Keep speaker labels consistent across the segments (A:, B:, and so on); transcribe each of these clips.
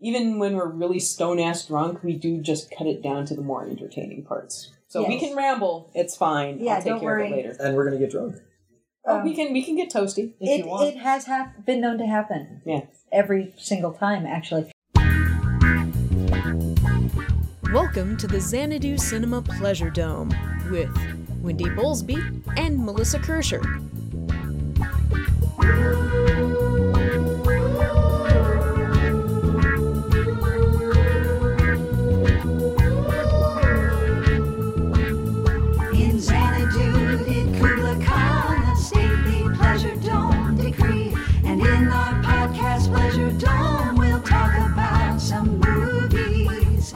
A: even when we're really stone ass drunk, we do just cut it down to the more entertaining parts. So we
B: Yes.
A: can ramble. It's fine.
B: Yeah,
A: I'll take
B: don't
A: care
B: worry.
A: of it later.
C: and we're gonna get drunk.
A: Oh,
B: Um,
A: we can we can get toasty if
B: it,
A: you want.
B: it has hap- been known to happen.
A: Yeah.
B: Every single time, actually.
D: Welcome to the Xanadu Cinema Pleasure Dome with Wendy Bowlesby and Melissa Kirscher.
E: In Xanadu, in Kubla Khan, a stately pleasure dome decree. And in our podcast, Pleasure Dome, we'll talk about some movies.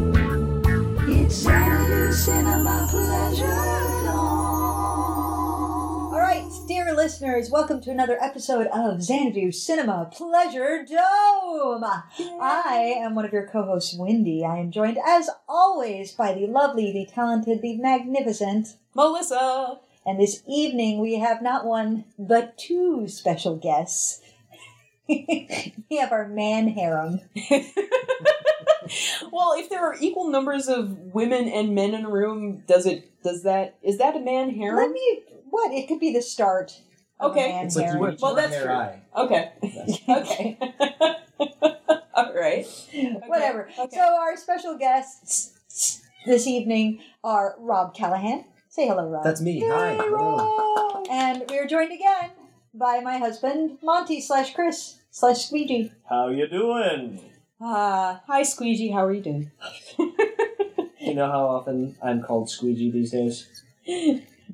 E: In Xanadu Cinema Pleasure Dome.
B: All right, dear listeners, welcome to another episode of Xanadu Cinema Pleasure Dome. I am one of your co hosts, Wendy. I am joined, as always, by the lovely, the talented, the magnificent.
A: Melissa,
B: And this evening, we have not one, but two special guests. we have our man harem.
A: well, if there are equal numbers of women and men in a room, does it does that is that a man
B: Let
A: harem?
B: me. What? It could be the start. of a
A: Okay.
B: man
C: It's like you
B: harem.
C: eat
A: Well,
C: your
A: that's
C: hair
A: true.
C: eye.
A: Okay, okay, all right.
B: Whatever.
A: Okay.
B: So, our special guests this evening are Rob Callahan. Say hello, Rob.
C: That's me. Hi. Hello.
B: and we are joined again by my husband, Monty slash Chris slash Squeegee.
F: How you doing?
A: Uh, hi, Squeegee. How are you doing?
F: You know how often I'm called Squeegee these days?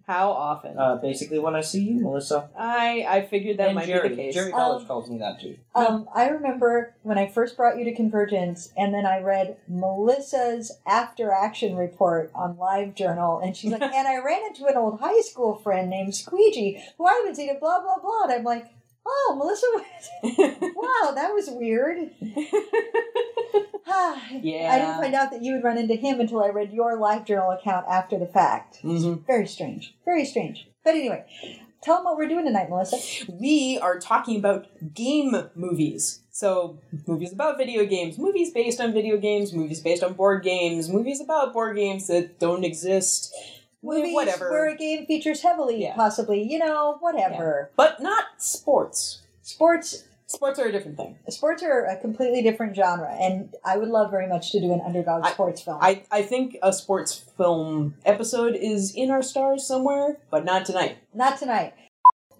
A: How often?
F: Uh, basically, when I see you, Melissa.
A: I I figured that
F: and
A: might
F: Jerry.
A: be the case.
F: Jerry
B: Um,
F: College calls me that too.
B: Um, I remember when I first brought you to Convergence, and then I read Melissa's after action report on Live Journal, and she's like, and I ran into an old high school friend named Squeegee who I haven't seen in blah blah blah. And I'm like, oh, Melissa, was- wow, that was weird. Ah, I didn't
A: Yeah.
B: find out that you would run into him until I read your Live Journal account after the fact.
A: Mhm.
B: Very strange. Very strange. But anyway, tell them what we're doing tonight, Melissa.
A: We are talking about game movies. So, movies about video games, movies based on video games, movies based on board games, movies about board games that don't exist.
B: movies
A: whatever.
B: where a game features heavily,
A: Yeah.
B: possibly, you know, whatever.
A: but not sports.
B: Sports
A: Sports are a different thing.
B: sports are a completely different genre, and I would love very much to do an underdog
A: I-
B: sports film.
A: I, I think a sports film episode is in our stars somewhere, but not tonight.
B: Not tonight.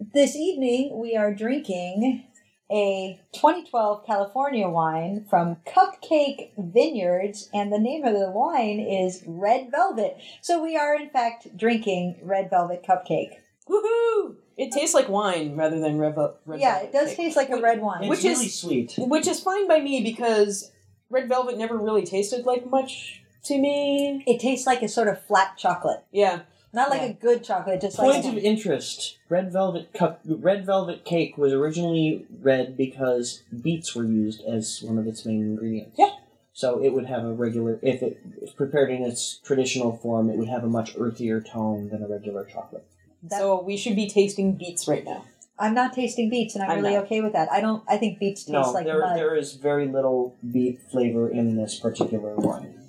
B: This evening we are drinking a 2012 California wine from Cupcake Vineyards, and the name of the wine is Red Velvet. So we are in fact drinking Red Velvet Cupcake.
A: Woohoo! It tastes like wine rather than rev up. Red
B: yeah,
A: Velvet
B: it does
A: cake.
B: taste like a red wine.
F: It's
A: uh, which is-
F: really sweet.
A: Which is fine by me because Red Velvet never really tasted like much to me.
B: It tastes like a sort of flat chocolate.
A: Yeah.
B: Not like
A: Yeah.
B: a good chocolate, just like
F: Point of interest: Red velvet cup, red velvet cake was originally red because beets were used as one of its main ingredients.
A: Yeah.
F: So it would have a regular, if it if prepared in its traditional form, it would have a much earthier tone than a regular chocolate.
B: That-
A: so we should be tasting beets right now.
B: I'm not tasting beets, and I'm,
A: I'm
B: really
A: not.
B: okay with that. I don't. I think beets taste
F: No,
B: like
F: there,
B: mud.
F: there is very little beet flavor in this particular wine.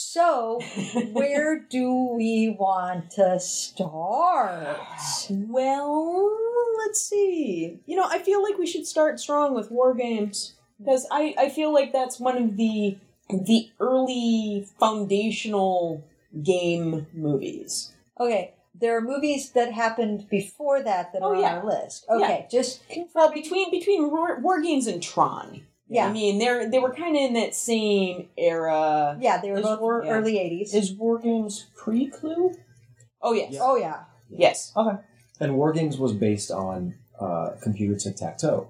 B: So, where do we want to start?
A: Well, let's see. You know, I feel like we should start strong with war games because I, I feel like that's one of the the early foundational game movies.
B: Okay, there are movies that happened before that that
A: Oh,
B: are on
A: yeah.
B: our list. Okay, just
A: Well, between between war, war games and Tron. I
B: yeah,
A: mean, they're they were kind of in that same era.
B: yeah. They were
F: Is
B: both
F: war-
A: yeah.
B: early '80s.
F: Is War Games pre Clue?
A: Oh yes,
C: Yeah.
B: oh yeah,
A: yes.
F: Okay.
C: And War Games was based on uh, computer tic tac toe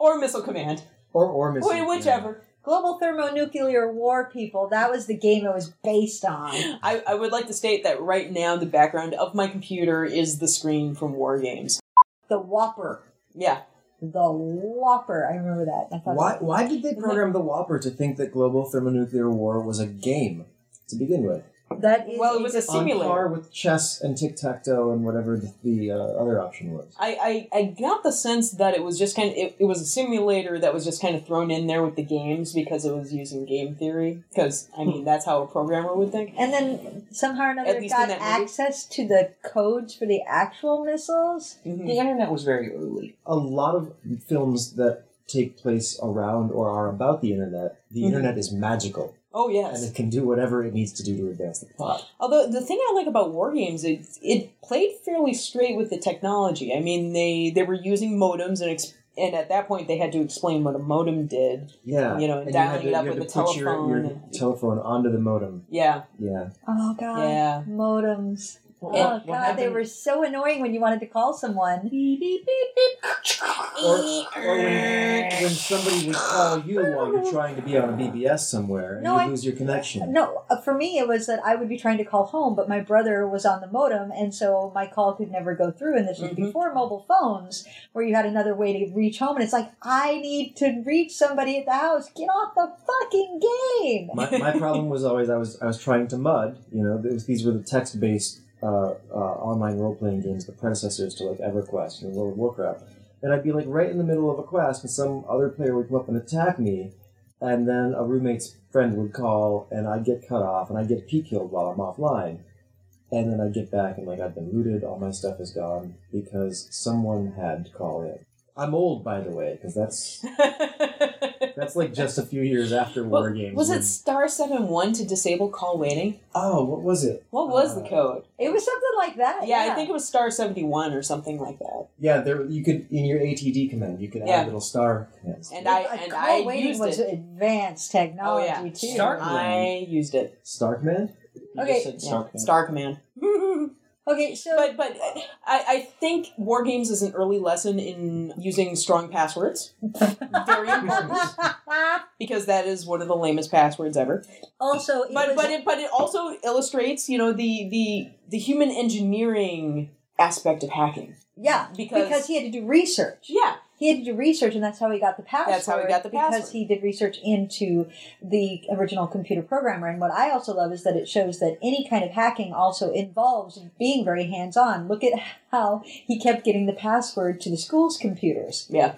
A: or Missile Command,
C: or or Miss.
A: Wh- whichever.
B: global thermonuclear war. People, that was the game it was based on.
A: I, I would like to state that right now the background of my computer is the screen from War Games.
B: The Whopper,
A: Yeah.
B: the Whopper. I remember that. I thought
C: Why why did they program the Whopper to think that global thermonuclear war was a game to begin with?
B: That is
A: Well, it was a
C: On par
A: simulator.
C: with chess and tic tac toe and whatever the, the uh, other option was.
A: I, I, I got the sense that it was just kind of it, it was a simulator that was just kind of thrown in there with the games because it was using game theory because I mean that's how a programmer would think.
B: And then somehow or another
A: At least
B: got
A: in that movie.
B: access to the codes for the actual missiles.
A: Mhm.
F: The internet was very early.
C: A lot of films that take place around or are about the internet, the
A: Mhm.
C: internet is magical
A: Oh yes.
C: and it can do whatever it needs to do to advance the plot.
A: Although the thing I like about war games, it it played fairly straight with the technology. I mean, they they were using modems and. Ex- and at that point, they had to explain what a modem did.
C: Yeah,
A: You know,
C: and
A: dialing
C: you
A: it up
C: had to, you had
A: with
C: to
A: the
C: put your- Your,
A: telephone and-
C: telephone onto the modem.
A: Yeah,
C: Yeah,
B: Oh god.
A: yeah.
B: Modems.
A: Yeah.
B: oh god, they were so annoying when you wanted to call someone.
C: or, or when, when somebody would call you while you're trying to be on a BBS somewhere and
B: No,
C: you
B: I-
C: lose your connection.
B: No, uh, for me it was that I would be trying to call home, but my brother was on the modem, and so my call could never go through. And this was
A: Mhm.
B: before mobile phones, where you had another way to reach home. And it's like I need to reach somebody at the house. Get off the fucking game.
C: my, my problem was always I was I was trying to mud. You know, there's, these were the text based uh, uh, online role playing games, the predecessors to like EverQuest and World of Warcraft. And I'd be like right in the middle of a quest, and some other player would come up and attack me, and then a roommate's friend would call, and I'd get cut off, and I'd get P killed while I'm offline. And then I'd get back, and like I've been looted, all my stuff is gone because someone had to call in. I'm old, by the way, because that's that's like just a few years after war
A: Well,
C: games.
A: was
C: when-
A: it star seven one to disable call waiting?
C: Oh, what was it?
A: What was
C: Uh,
A: the code?
B: It was something like that.
A: Yeah, I think it was star seventy one or something like that.
C: Yeah, there you could in your ATD command you could
A: Yeah.
C: add little star commands.
A: And I
B: Like,
A: and
B: call
A: I
B: waiting
A: used
B: was
A: it.
B: advanced
A: Oh
B: technology
A: yeah,
B: too.
F: Start-
A: I used it.
C: Star command?
F: You
B: Okay.
F: just said
A: Yeah.
F: Stark.
A: Star Command.
B: Okay, so
A: But but I, I think war games is an early lesson in using strong passwords. Very important because that is one of the lamest passwords ever.
B: also, it
A: But
B: was,
A: but it but it also illustrates you know the the the human engineering aspect of hacking.
B: yeah,
A: because-
B: because he had to do research.
A: Yeah,
B: He had to do research, and that's how he got the password.
A: That's how he got the
B: Because
A: password.
B: he did research into the original computer programmer. And what I also love is that it shows that any kind of hacking also involves being very hands on. Look at how he kept getting the password to the school's computers.
A: yeah.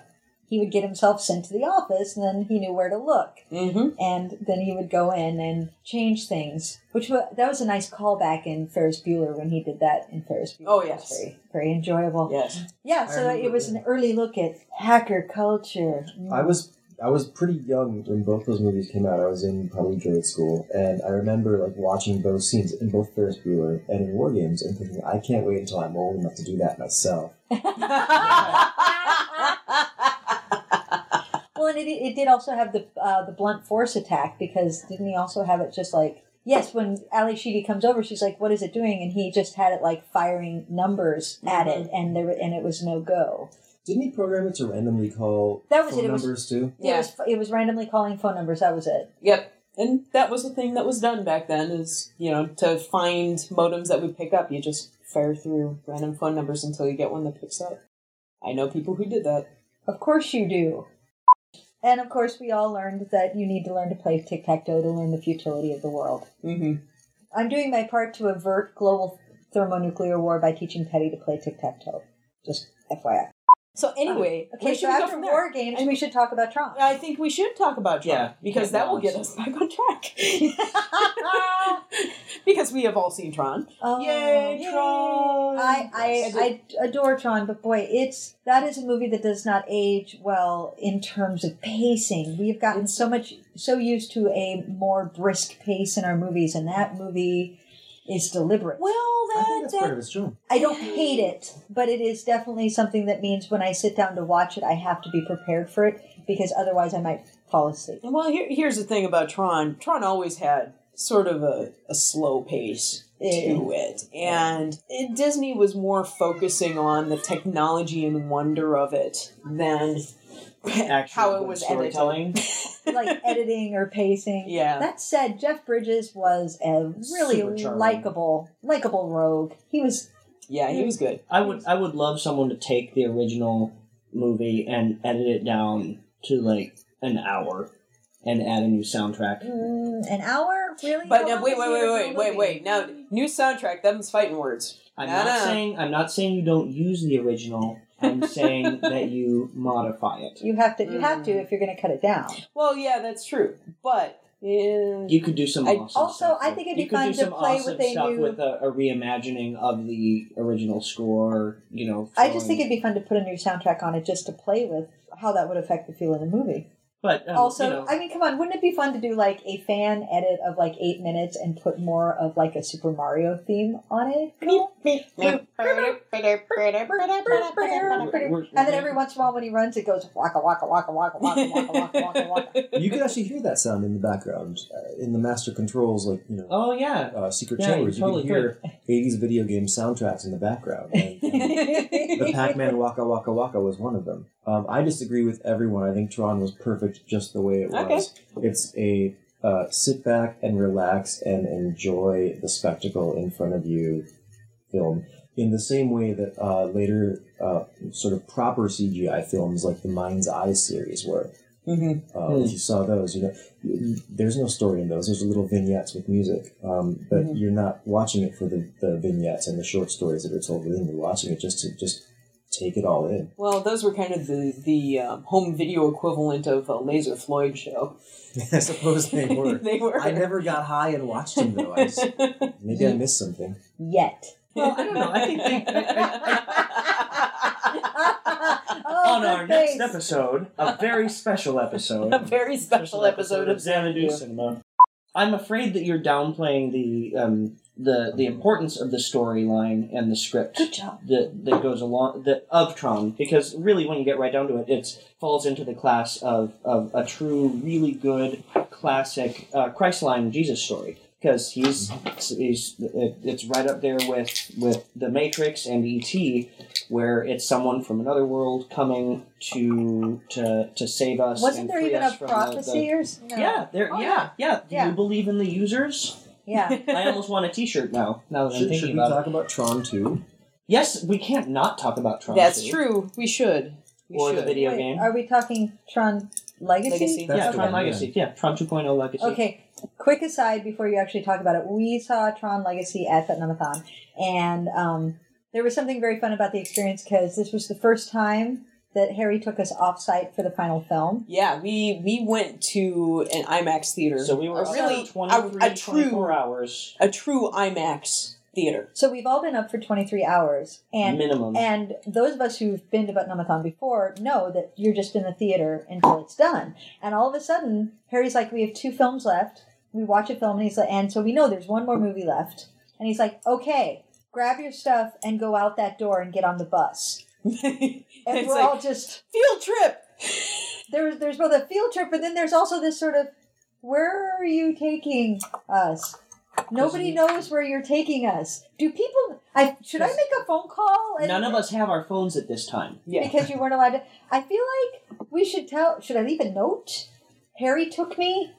B: He would get himself sent to the office, and then he knew where to look.
A: Mm-hmm.
B: and then he would go in and change things, which was, that was a nice callback in Ferris Bueller when he did that in Ferris Bueller.
A: Oh,
B: It was
A: yes.
B: very, very enjoyable. Yeah,
A: Yes.
B: so
C: remember
B: it was
C: that.
B: an early look at hacker culture. Mm.
C: I was I was pretty young when both those movies came out. I was in probably grade school, and I remember like watching both scenes in both Ferris Bueller and in War Games, and thinking, I can't wait until I'm old enough to do that myself.
B: well, and it, it did also have the uh, the blunt force attack because didn't he also have it just like yes, when Ali Sheedy comes over, she's like, "What is it doing?" and he just had it like firing numbers at
C: Mm-hmm.
B: it, and there were- and it was no go.
C: Didn't he program it to randomly call
B: That was
C: phone
B: it, it was-
C: numbers too?
A: Yeah.
B: It was it was randomly calling phone numbers. That was it.
A: Yep. And that was the thing that was done back then is, you know, to find modems that would pick up, you just fire through random phone numbers until you get one that picks up. I know people who did that.
B: Of course you do. And of course, we all learned that you need to learn to play tic tac toe to learn the futility of the world.
A: Mm-hmm.
B: I'm doing my part to avert global thermonuclear war by teaching Petty to play tic tac toe. Just FYI.
A: So anyway,
B: Okay, so after war games, we should talk about Trump.
A: I think we should talk about Trump
F: Yeah,
A: because that will get us back on track. because we have all seen Tron.
B: Oh,
A: Yay, Tron!
B: I, I I adore Tron, but boy, it's that is a movie that does not age well in terms of pacing. We've gotten so much so used to a more brisk pace in our movies, and that movie is deliberate.
A: well,
C: I think
A: that,
C: that's part
A: that
C: of his charm.
B: I don't hate it, but it is definitely something that means when I sit down to watch it, I have to be prepared for it because otherwise I might fall asleep.
A: well, here, here's the thing about Tron. Tron always had sort of a, a slow pace to it. And it, Disney was more focusing on the technology and wonder of it than
F: Actually,
A: how it
F: good
A: was edited.
F: storytelling.
B: like editing or pacing.
A: Yeah.
B: That said, Jeff Bridges was a really
C: Super charming.
B: likable, likable rogue. He was
A: Yeah, he was good.
F: I would I would love someone to take the original movie and edit it down to like an hour and add a new soundtrack.
B: Mm, an hour? Really?
A: But
B: How
A: now,
B: long
A: wait,
B: is
A: wait,
B: the
A: wait,
B: original
A: wait, wait,
B: movie?
A: wait. Now, new soundtrack. Them's fighting words.
F: I'm
A: No,
F: not
A: no.
F: saying I'm not saying you don't use the original. I'm saying that you modify it.
B: You have to. You have
A: Mm.
B: to if you're going to cut it down.
A: Well, yeah, that's true. But yeah.
F: You could do some
A: I-
F: awesome
B: also,
F: stuff
B: I
F: with-
B: think it'd
F: you
B: be
F: could
B: fun
F: do
B: to
F: some
B: play
F: awesome
B: with a
F: stuff
B: new-
F: with a, a reimagining of the original score. You know,
B: I just think it'd be fun to put a new soundtrack on it just to play with how that would affect the feel of the movie.
F: But um,
B: also,
F: you know,
B: I mean, come on, wouldn't it be fun to do like a fan edit of like eight minutes and put more of like a Super Mario theme on it? Cool.
F: We're- we're-
B: And then every once in a while, when he runs, it goes waka waka waka waka waka waka waka waka waka.
C: You can actually hear that sound in the background uh, in the master controls, like you know,
F: oh yeah,
C: uh, secret
F: Yeah, you
C: chambers. You,
F: totally
C: can hear '80s video game soundtracks in the background. And, the Pac-Man Waka Waka Waka was one of them. Um, I disagree with everyone. I think Tron was perfect just the way it was. It's a uh, sit back and relax and enjoy the spectacle in front of you film. In the same way that uh, later uh, sort of proper CGI films like the Mind's Eye series were.
A: Mhm.
C: Uh,
F: Hmm.
C: If you saw those, you know, there's no story in those. Those are little vignettes with music, um, but
F: Hmm.
C: you're not watching it for the, the vignettes and the short stories that are told within. You're watching it just to just take it all in.
A: Well, those were kind of the the um, home video equivalent of a Laser Floyd show.
C: I suppose they were.
A: They were.
C: I never got high and watched them though. I just, maybe I missed something.
B: Yet.
F: Well, I don't know. I think they,
B: oh,
F: on
B: good
F: our next
B: face.
F: episode, a very special episode,
A: a very special episode of Xanadu.
F: Cinema. I'm afraid that you're downplaying the um, the the importance of the storyline and the script
B: Good job.
F: that that goes along that of Tron because really when you get right down to it, it falls into the class of of a true, really good classic uh, Christline Jesus story because he's he's it, it's right up there with with the Matrix and ET where it's someone from another world coming to to to save us.
B: Wasn't
F: and
B: there
F: free
B: even
F: us
B: a
F: from
B: prophecy
F: The,
B: or s- no.
F: the, yeah, there.
B: Oh,
F: yeah, yeah. Do
B: Yeah.
F: you believe in the users?
B: Yeah.
F: I almost want a T-shirt now. Now that I'm
C: Should,
F: thinking
C: should we
F: about it.
C: talk about Tron too?
F: Yes, we can't not talk about Tron.
A: That's
F: too.
A: true. We should. We
F: Or the
A: should.
F: video
B: Wait,
F: game.
B: Are we talking Tron Legacy?
A: Legacy.
C: That's
F: yeah,
C: the
F: Tron
C: one,
F: Legacy. Yeah. Tron 2.0 Legacy.
B: Okay, quick aside before you actually talk about it. We saw Tron Legacy at Vietnamathon, and um, there was something very fun about the experience because this was the first time that Harry took us off-site for the final film.
A: Yeah, we we went to an IMAX theater.
F: So we were
A: a
F: up
A: Oh, really
F: for
A: a,
F: 23,
A: a true
F: 24 hours
A: a true IMAX theater.
B: So we've all been up for 23 hours, and
F: minimum.
B: and those of us who've been to Vietnamathon before know that you're just in the theater until it's done. And all of a sudden, Harry's like, "We have two films left. We watch a film, and he's like, and so we know there's one more movie left." And he's like, "Okay." Grab your stuff and go out that door and get on the bus. And
A: It's
B: we're
A: like-
B: all just
A: Field trip.
B: there's there's both a field trip, but then there's also this sort of where are you taking us? Nobody knows where you're taking us. Do people? I should I make a phone call?
F: None of us have our phones at this time.
A: Yeah.
B: because you weren't allowed to. I feel like we should tell. Should I leave a note? Harry took me.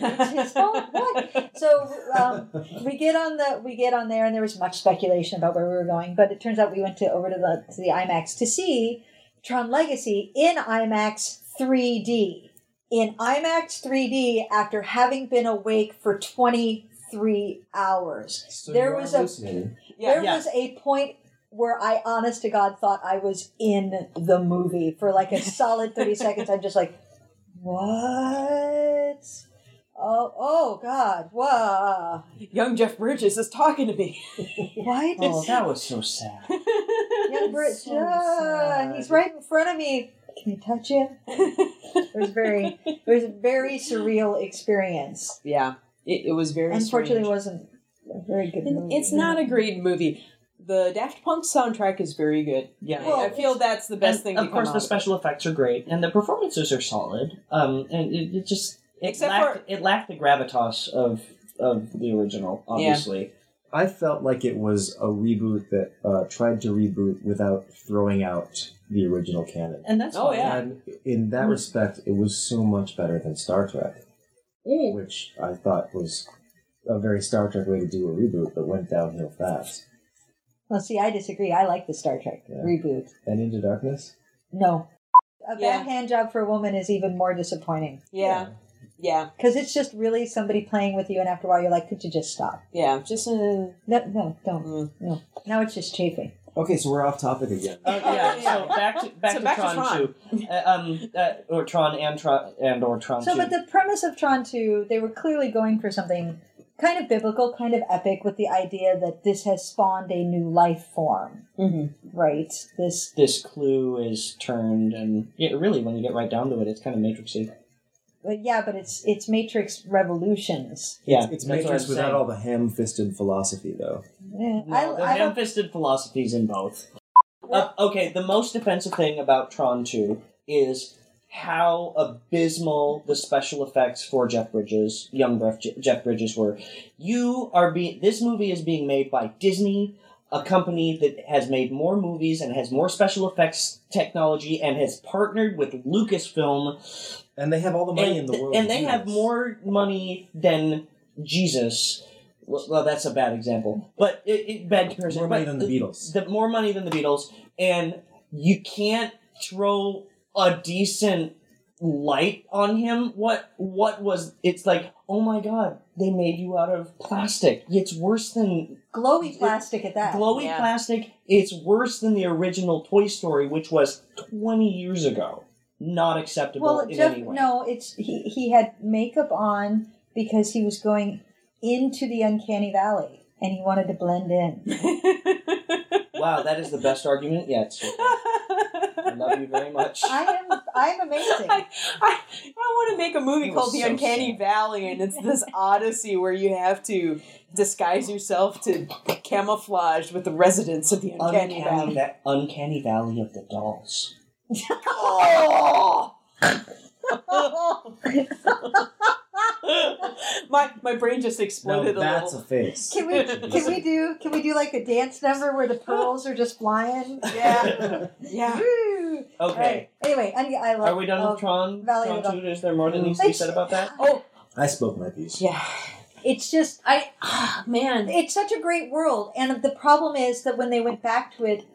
B: It's his fault. What? So um, we get on the we get on there, and there was much speculation about where we were going, but it turns out we went to over to the to the IMAX to see Tron Legacy in IMAX 3D. In IMAX 3D, after having been awake for 23 hours, there was a
A: Yeah,
B: there
F: yeah.
B: was a point where I, honest to God, thought I was in the movie for like a solid 30 seconds. I'm just like, what? Oh, oh God, wow.
A: Young Jeff Bridges is talking to me.
B: Why did
F: Oh, that was so sad.
B: young Brit,
F: so
B: Ah,
F: sad.
B: he's right in front of me. Can you touch him? it was very, it was a very surreal experience.
A: Yeah, it, it was very.
B: Unfortunately, it
A: strange.
B: wasn't a very good
A: And
B: movie.
A: it's not a great movie. The Daft Punk soundtrack is very good.
F: Yeah.
A: I- I feel that's the best
F: And,
A: thing.
F: Of
A: to
F: course,
A: come
F: the
A: out it.
F: special effects are great, and the performances are solid. Um, and it, it just it
A: Except
F: lacked it lacked the gravitas of of the original, obviously.
C: I felt like it was a reboot that uh, tried to reboot without throwing out the original canon.
F: And that's
A: Oh,
F: fine.
A: yeah.
C: And in that respect, it was so much better than Star Trek, which I thought was a very Star Trek way to do a reboot, but went downhill fast.
B: Well, see, I disagree. I like the Star Trek
C: Yeah.
B: reboot.
C: And Into Darkness?
B: No. A
A: Yeah.
B: bad hand job for a woman is even more disappointing.
A: yeah. Yeah,
B: Because it's just really somebody playing with you, and after a while, you're like, could you just stop?
A: yeah. Just uh,
B: No, no, don't.
A: Mm.
B: No. Now it's just chafing.
C: Okay, so we're off topic again.
F: Uh, yeah, so back to
A: Oh,
F: back,
A: So
F: to,
A: back to
F: Tron
A: Tron.
F: two, uh, um, uh, or Tron and Tron and or Tron
B: So,
F: two.
B: but the premise of Tron 2, they were clearly going for something kind of biblical, kind of epic, with the idea that this has spawned a new life form,
A: mhm.
B: right? This,
F: this clue is turned, and yeah, really, when you get right down to it, it's kind of matrixy.
B: but yeah, but it's it's Matrix Revolutions.
F: Yeah, that's
C: It's
F: what
C: Matrix
F: I'm
C: without
F: saying.
C: all the ham-fisted philosophy, though.
B: Eh,
F: No,
B: I,
F: the
B: I don't,
F: ham-fisted philosophies in both. Uh, okay, the most offensive thing about Tron Two is how abysmal the special effects for Jeff Bridges, young Bref- Jeff Bridges, were. You are being this movie is being made by Disney, a company that has made more movies and has more special effects technology and has partnered with Lucasfilm
C: And they have all the money in
F: and,
C: the world.
F: and they
C: Yes.
F: have more money than Jesus. Well, well, that's a bad example, but it, it, bad comparison.
C: More money
F: but
C: than the Beatles.
F: The, more money than the Beatles, and you can't throw a decent light on him. What? What was? It's like, oh my god, they made you out of plastic. It's worse than
B: glowy plastic at that.
F: glowy
A: Yeah.
F: plastic. It's worse than the original Toy Story, which was twenty years ago. Not acceptable
B: Well,
F: in
B: Jeff,
F: any way.
B: no, it's he, he had makeup on because he was going into the uncanny valley and he wanted to blend in.
F: Wow, that is the best argument yet. Sir. I love you very much.
B: I am I am amazing.
A: I, I, I want to make a movie
F: He was
A: called The
F: so
A: Uncanny
F: sad.
A: Valley, and it's this odyssey where you have to disguise yourself to camouflage with the residents of the Uncanny,
F: Uncanny,
A: Valley.
F: Va- uncanny Valley of the Dolls.
A: Oh! my my brain just
C: Now
A: exploded a
C: that's a
A: little.
C: face.
B: Can we can we do can we do like a dance number where the pearls are just flying?
A: yeah, yeah.
B: Woo! All
F: Okay.
B: right. Anyway, I, I love.
F: Are we done
B: love-
F: with Tron?
B: Valley of
F: Tron
B: the
F: 2? Is there more that needs to be
B: It's-
F: said about that?
C: I spoke my piece.
A: Yeah.
B: It's just I. ah,
A: Man.
B: It's such a great world, and the problem is that when they went back to it,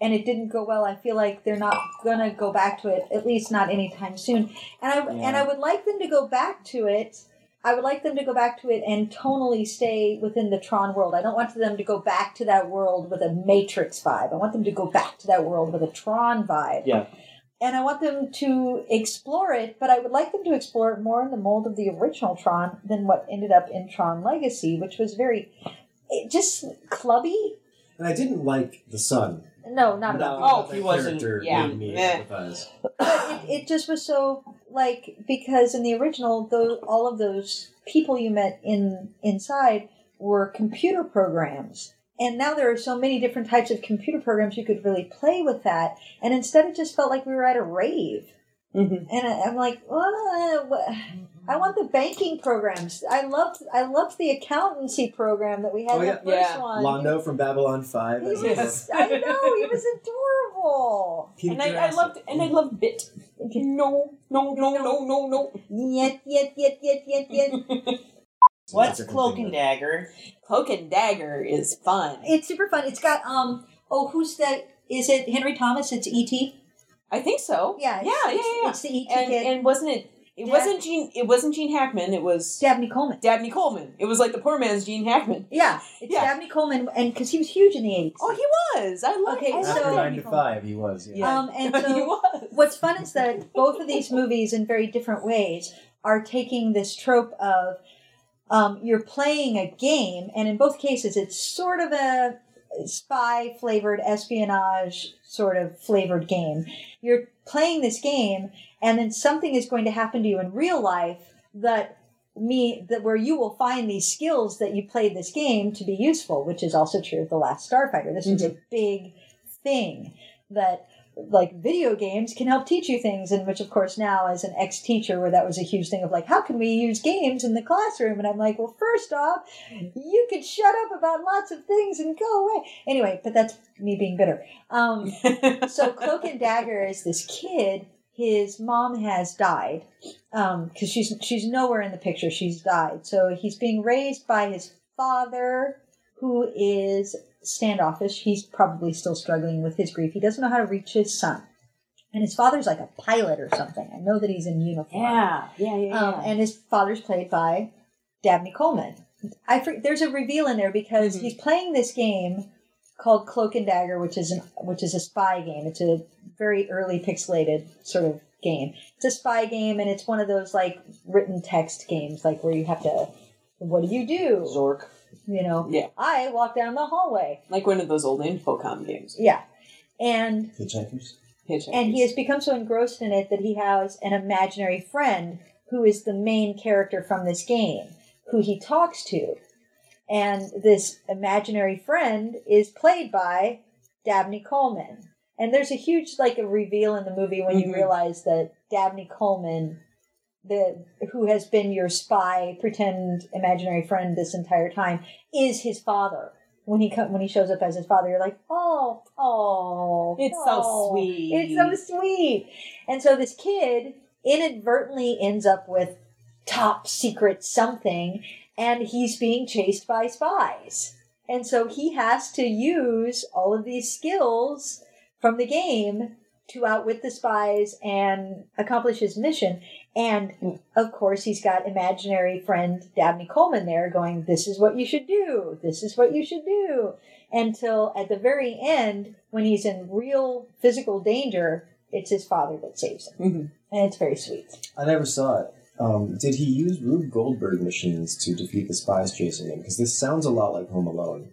B: and it didn't go well. I feel like they're not gonna go back to it, at least not anytime soon. And I and I would like them to go back to it. I would like them to go back to it and tonally stay within the Tron world. I don't want them to go back to that world with a Matrix vibe. I want them to go back to that world with a Tron vibe.
F: Yeah.
B: and I want them to explore it, but I would like them to explore it more in the mold of the original Tron than what ended up in Tron Legacy, which was very it just clubby.
C: And I didn't like the son.
B: No, not at all.
A: Oh,
C: That
F: he wasn't-
C: character
A: yeah.
C: made me
A: Yeah.
C: empathize.
B: But it, it just was so like because in the original, though, all of those people you met in inside were computer programs. And now there are so many different types of computer programs you could really play with that. And instead, it just felt like we were at a rave.
A: Mhm.
B: and I, I'm like, "Wha- what? I want the banking programs. I loved, I loved the accountancy program that we had
C: Oh,
B: in
C: yeah.
B: the first
A: Yeah.
B: one.
C: Londo from Babylon Five.
B: He was-
A: Yes.
B: I know he was adorable.
C: Peter
A: And I, I loved and I loved Bit. No, no, no, no, no, no.
B: Yet, yet, yet, yet, yet, yet.
F: What's Cloak and Dagger?
A: Cloak and Dagger is fun.
B: it's super fun. It's got um. Oh, who's that? Is it Henry Thomas? It's E. T.
A: I think so. yeah,
B: Yeah, it's,
A: yeah,
B: it's,
A: yeah.
B: It's the E. T.
A: and
B: kid.
A: and wasn't it? It
B: Dab-
A: wasn't Gene. It wasn't Gene Hackman. It was
B: Dabney Coleman.
A: Dabney Coleman. It was like the poor man's Gene Hackman.
B: Yeah, it's
A: Yeah.
B: Dabney Coleman, and because he was huge in the eighties.
A: Oh, he was. I love.
B: Okay,
A: I
B: so-
A: loved
C: After
A: Dabney
C: nine to
A: Coleman.
C: five, he was. Yeah.
A: yeah.
B: Um, and
A: he
B: so
A: was.
B: What's fun is that both of these movies, in very different ways, are taking this trope of um, you're playing a game, and in both cases, it's sort of a spy flavored espionage sort of flavored game. You're playing this game, and then something is going to happen to you in real life that me that where you will find these skills that you played this game to be useful, which is also true of the Last Starfighter. This is a big thing that like video games can help teach you things and which of course now as an ex-teacher where that was a huge thing of like how can we use games in the classroom and i'm like well first off you could shut up about lots of things and go away anyway but that's me being bitter um, so cloak and dagger is this kid his mom has died because she's she's nowhere in the picture she's died so he's being raised by his father who is standoffish. He's probably still struggling with his grief. He doesn't know how to reach his son. And his father's like a pilot or something. I know that he's in uniform.
A: Yeah, yeah, yeah. yeah.
B: Um, and his father's played by Dabney Coleman. I for, there's a reveal in there because
A: Mhm.
B: he's playing this game called Cloak and Dagger, which is an which is a spy game. It's a very early pixelated sort of game. It's a spy game, and it's one of those like written text games, like where you have to, what do you do?
F: Zork.
B: You
C: Um,
B: know,
A: Yeah.
B: I walk down the hallway.
A: like one of those old Infocom games.
B: Yeah, and
C: Hitchhikers.
A: Hitchhikers.
B: and he has become so engrossed in it that he has an imaginary friend who is the main character from this game, who he talks to. And this imaginary friend is played by Dabney Coleman. And there's a huge like a reveal in the movie when
A: Mhm.
B: you realize that Dabney Coleman, the who has been your spy, pretend imaginary friend this entire time, is his father. When he co- when he shows up as his father, you're like, oh, oh,
A: It's
B: oh.
A: so sweet.
B: It's so sweet. And so this kid inadvertently ends up with top secret something, and he's being chased by spies. And so he has to use all of these skills from the game to outwit the spies and accomplish his mission. And of course, he's got imaginary friend Dabney Coleman there going, This is what you should do. This is what you should do. Until at the very end, when he's in real physical danger, it's his father that saves him.
A: Mhm.
B: And it's very sweet.
C: I never saw it. Um, did he use Rube Goldberg machines to defeat the spies chasing him? Because this sounds a lot like Home Alone.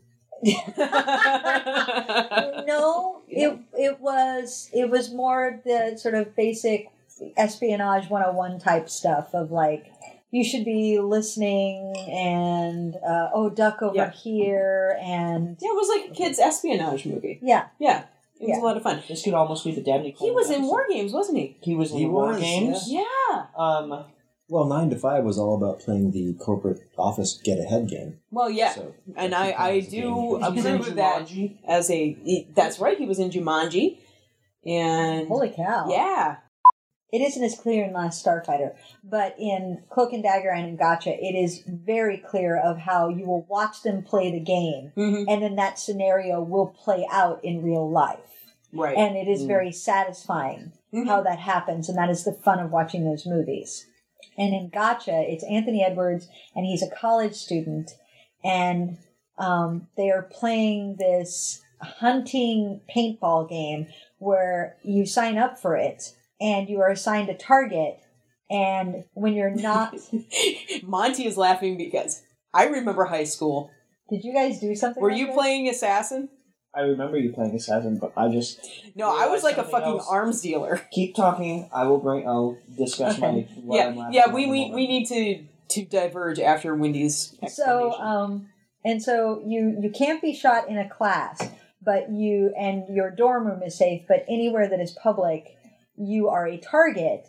B: no, it, it was it was more the sort of basic espionage 101 type stuff of like you should be listening and uh, oh duck over
A: Yeah.
B: here and
A: yeah, it was like a kid's espionage movie.
B: yeah
A: Yeah, it was
B: Yeah.
A: a lot of fun.
F: This could almost be the Dabney.
A: He
F: Coleman
A: was in
F: episode.
A: War Games, wasn't he?
F: He was in
C: He
F: War
C: was,
F: Games.
A: Yeah.
F: Um,
C: Well, Nine to Five was all about playing the corporate office get ahead game.
A: Well, yeah,
C: So,
A: and I I
C: He's
A: do
C: in
A: approve of that
F: Jumanji.
A: as a. he- That's right, he was in Jumanji, and
B: holy cow
A: yeah,
B: it isn't as clear in Last Starfighter, but in Cloak and Dagger and in Gotcha, it is very clear of how you will watch them play the game,
F: Mm-hmm.
A: Mhm.
B: and then that scenario will play out in real life.
A: right. Mm.
B: And it is very satisfying
A: Mhm.
B: how that happens, and that is the fun of watching those movies. And in Gotcha, it's Anthony Edwards, and he's a college student, and um, they are playing this hunting paintball game where you sign up for it and you are assigned a target. And when you're not,
A: Monty is laughing because I remember high school.
B: did you guys do something?
A: Were
B: like
A: you
B: this?
A: playing assassin?
F: I remember you playing Assassin, but I just
A: No, I was like a
F: Something
A: fucking
F: else.
A: arms dealer.
F: keep talking. I will bring. I'll discuss my.
B: Okay.
F: why I'm
A: yeah,
F: laughing
A: yeah.
F: at
A: We
F: the
A: we,
F: moment.
A: we need to to diverge after Wendy's.
B: So,
F: uh,
A: explanation.
B: um, and so you you can't be shot in a class, but you and your dorm room is safe. But anywhere that is public, you are a target.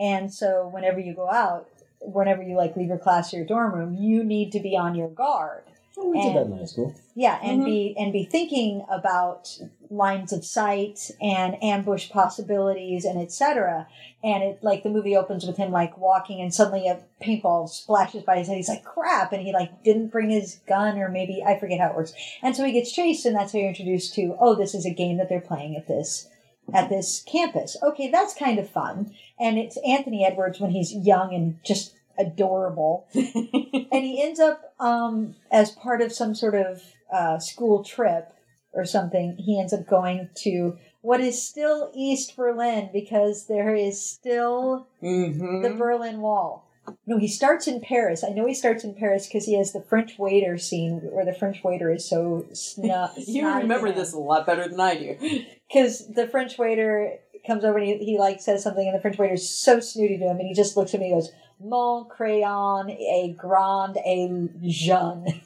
B: And so, whenever you go out, whenever you like leave your class or your dorm room, you need to be on your guard.
C: We did
B: and-
C: that in high school.
B: Yeah, and be and be thinking about lines of sight and ambush possibilities and etc. And it like the movie opens with him like walking and suddenly a paintball splashes by his head. He's like crap, and he like didn't bring his gun or maybe I forget how it works. And so he gets chased, and that's how you're introduced to oh, this is a game that they're playing at this at this campus. Okay, that's kind of fun. And it's Anthony Edwards when he's young and just adorable and he ends up um, as part of some sort of uh, school trip or something. He ends up going to what is still East Berlin because there is still
A: Mhm.
B: the Berlin Wall. No, he starts in Paris. I know he starts in Paris because he has the French waiter scene where the French waiter is so snub.
A: You remember this a lot better than I do.
B: because the French waiter comes over and he, he like says something, and the French waiter's so snooty to him, and he just looks at me and goes, "Mon crayon, a grande, a jeune."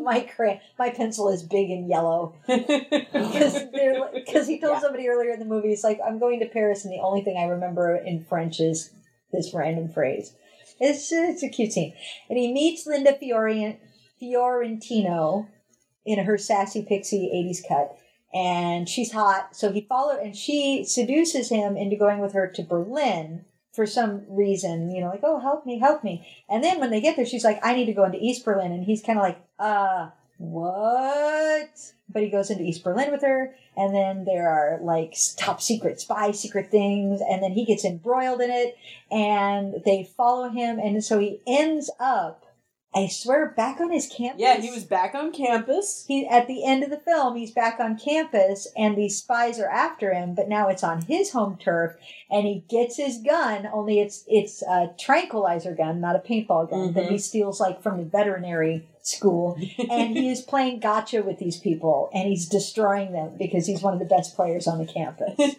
B: my crayon, my pencil is big and yellow because because he told somebody earlier in the movie, he's like, "I'm going to Paris," and the only thing I remember in French is this random phrase. It's it's a cute scene, and he meets Linda Fiorent, Fiorentino in her sassy pixie '80s cut and she's hot. So he follow and she seduces him into going with her to Berlin for some reason, you know, like, oh, help me, help me. And then when they get there, she's like, I need to go into East Berlin. And he's kind of like, uh, what? but he goes into East Berlin with her, and then there are like s- top secret spy secret things, and then he gets embroiled in it, and they follow him, and so he ends up, I swear, back on his campus.
A: Yeah, he was back on campus.
B: He at the end of the film, he's back on campus, and these spies are after him. But now it's on his home turf, and he gets his gun. Only it's it's a tranquilizer gun, not a paintball gun that
A: Mm-hmm.
B: he steals like from the veterinary school. and he is playing gotcha with these people, and he's destroying them because he's one of the best players on the campus. and it's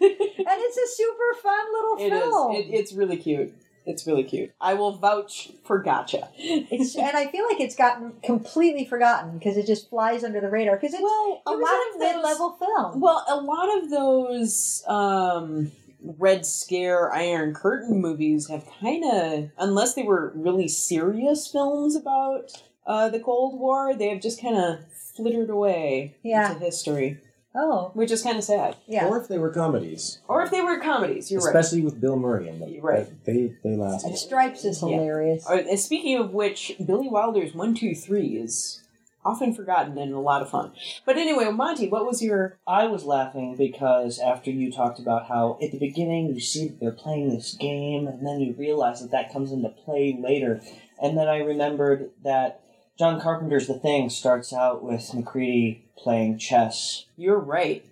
B: a super fun
F: Oh,
B: little
A: It is.
B: film.
A: It, it's really cute. It's really cute. I will vouch for Gotcha.
B: It's and I feel like it's gotten completely forgotten because it just flies under the radar because it's
A: Well,
B: it
A: a
B: was
A: lot
B: a
A: of those-
B: mid-level film.
A: Well, a lot of those um, Red Scare, Iron Curtain movies have kind of, unless they were really serious films about uh, the Cold War, they have just kind of flittered away
B: Yeah.
A: into history,
B: Oh,
A: which is kind of sad.
B: yeah.
C: Or if they were comedies,
A: Or if they were comedies, you're right.
C: especially with Bill Murray in them,
A: You're right.
C: Like, They they last.
B: Stripes is
A: Yeah.
B: hilarious.
A: Or- Uh, and speaking of which, Billy Wilder's One Two Three is often forgotten and a lot of fun. But anyway, Monty, what was your?
F: I was laughing because after you talked about how at the beginning you see that they're playing this game, and then you realize that that comes into play later, and then I remembered that John Carpenter's The Thing starts out with McCready playing chess
A: You're right.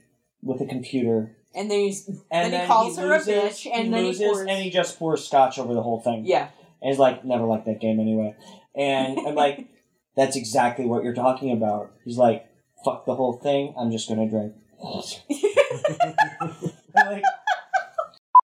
F: with a computer,
A: And then he's
F: and
A: Then he calls her a
F: loses,
A: bitch, and
F: he
A: then he
F: loses,
A: pours-
F: and he just pours scotch over the whole thing.
A: yeah.
F: and he's like, never liked that game anyway, and I'm like, that's exactly what you're talking about. He's like, fuck the whole thing. I'm just gonna drink. like,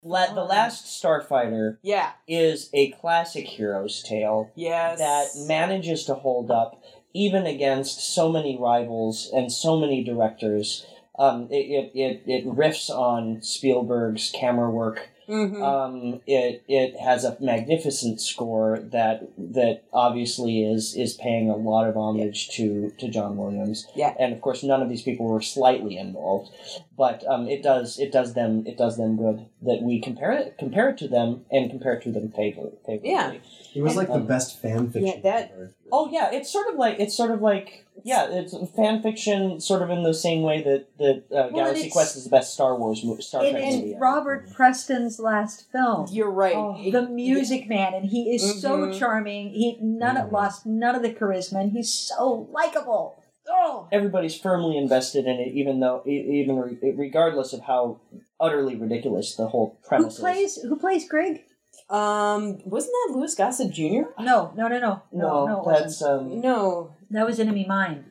F: la- the last Starfighter
A: Yeah.
F: is a classic hero's tale
A: Yes.
F: that manages to hold up even against so many rivals and so many directors. Um, it, it, it, it riffs on Spielberg's camera work.
A: Mhm.
F: Um, it, it has a magnificent score that that obviously is is paying a lot of homage to, to John Williams.
A: Yeah.
F: And of course none of these people were slightly involved. But um, it does it does them it does them good that we compare it compare it to them and compare it to them favor, favorably.
A: Yeah.
C: It was like the
F: Um,
C: best fan fiction.
A: yeah, that-
C: ever.
F: Oh yeah, it's sort of like it's sort of like yeah, it's fan fiction, sort of in the same way that that uh,
B: Well, and
F: Galaxy
B: it's-
F: Quest is the best Star Wars movie.
A: Oh,
F: Star
B: It
F: Trek
B: is
F: movie. ever.
B: Robert Preston's last film.
A: You're right.
B: Oh, the music man, and he is so
A: Mhm.
B: charming. He none of
A: Mm-hmm.
C: Mhm.
B: lost none of the charisma, and he's so likable. Oh,
F: Everybody's firmly invested in it, even though e- even re- regardless of how utterly ridiculous the whole
B: who
F: premise is.
B: plays who plays Greg?
A: Um, wasn't that Louis Gossett Jr.?
B: No, no, no, no, no,
F: No,
B: no. it wasn't.
F: that's um,
A: No.
B: that was Enemy Mine.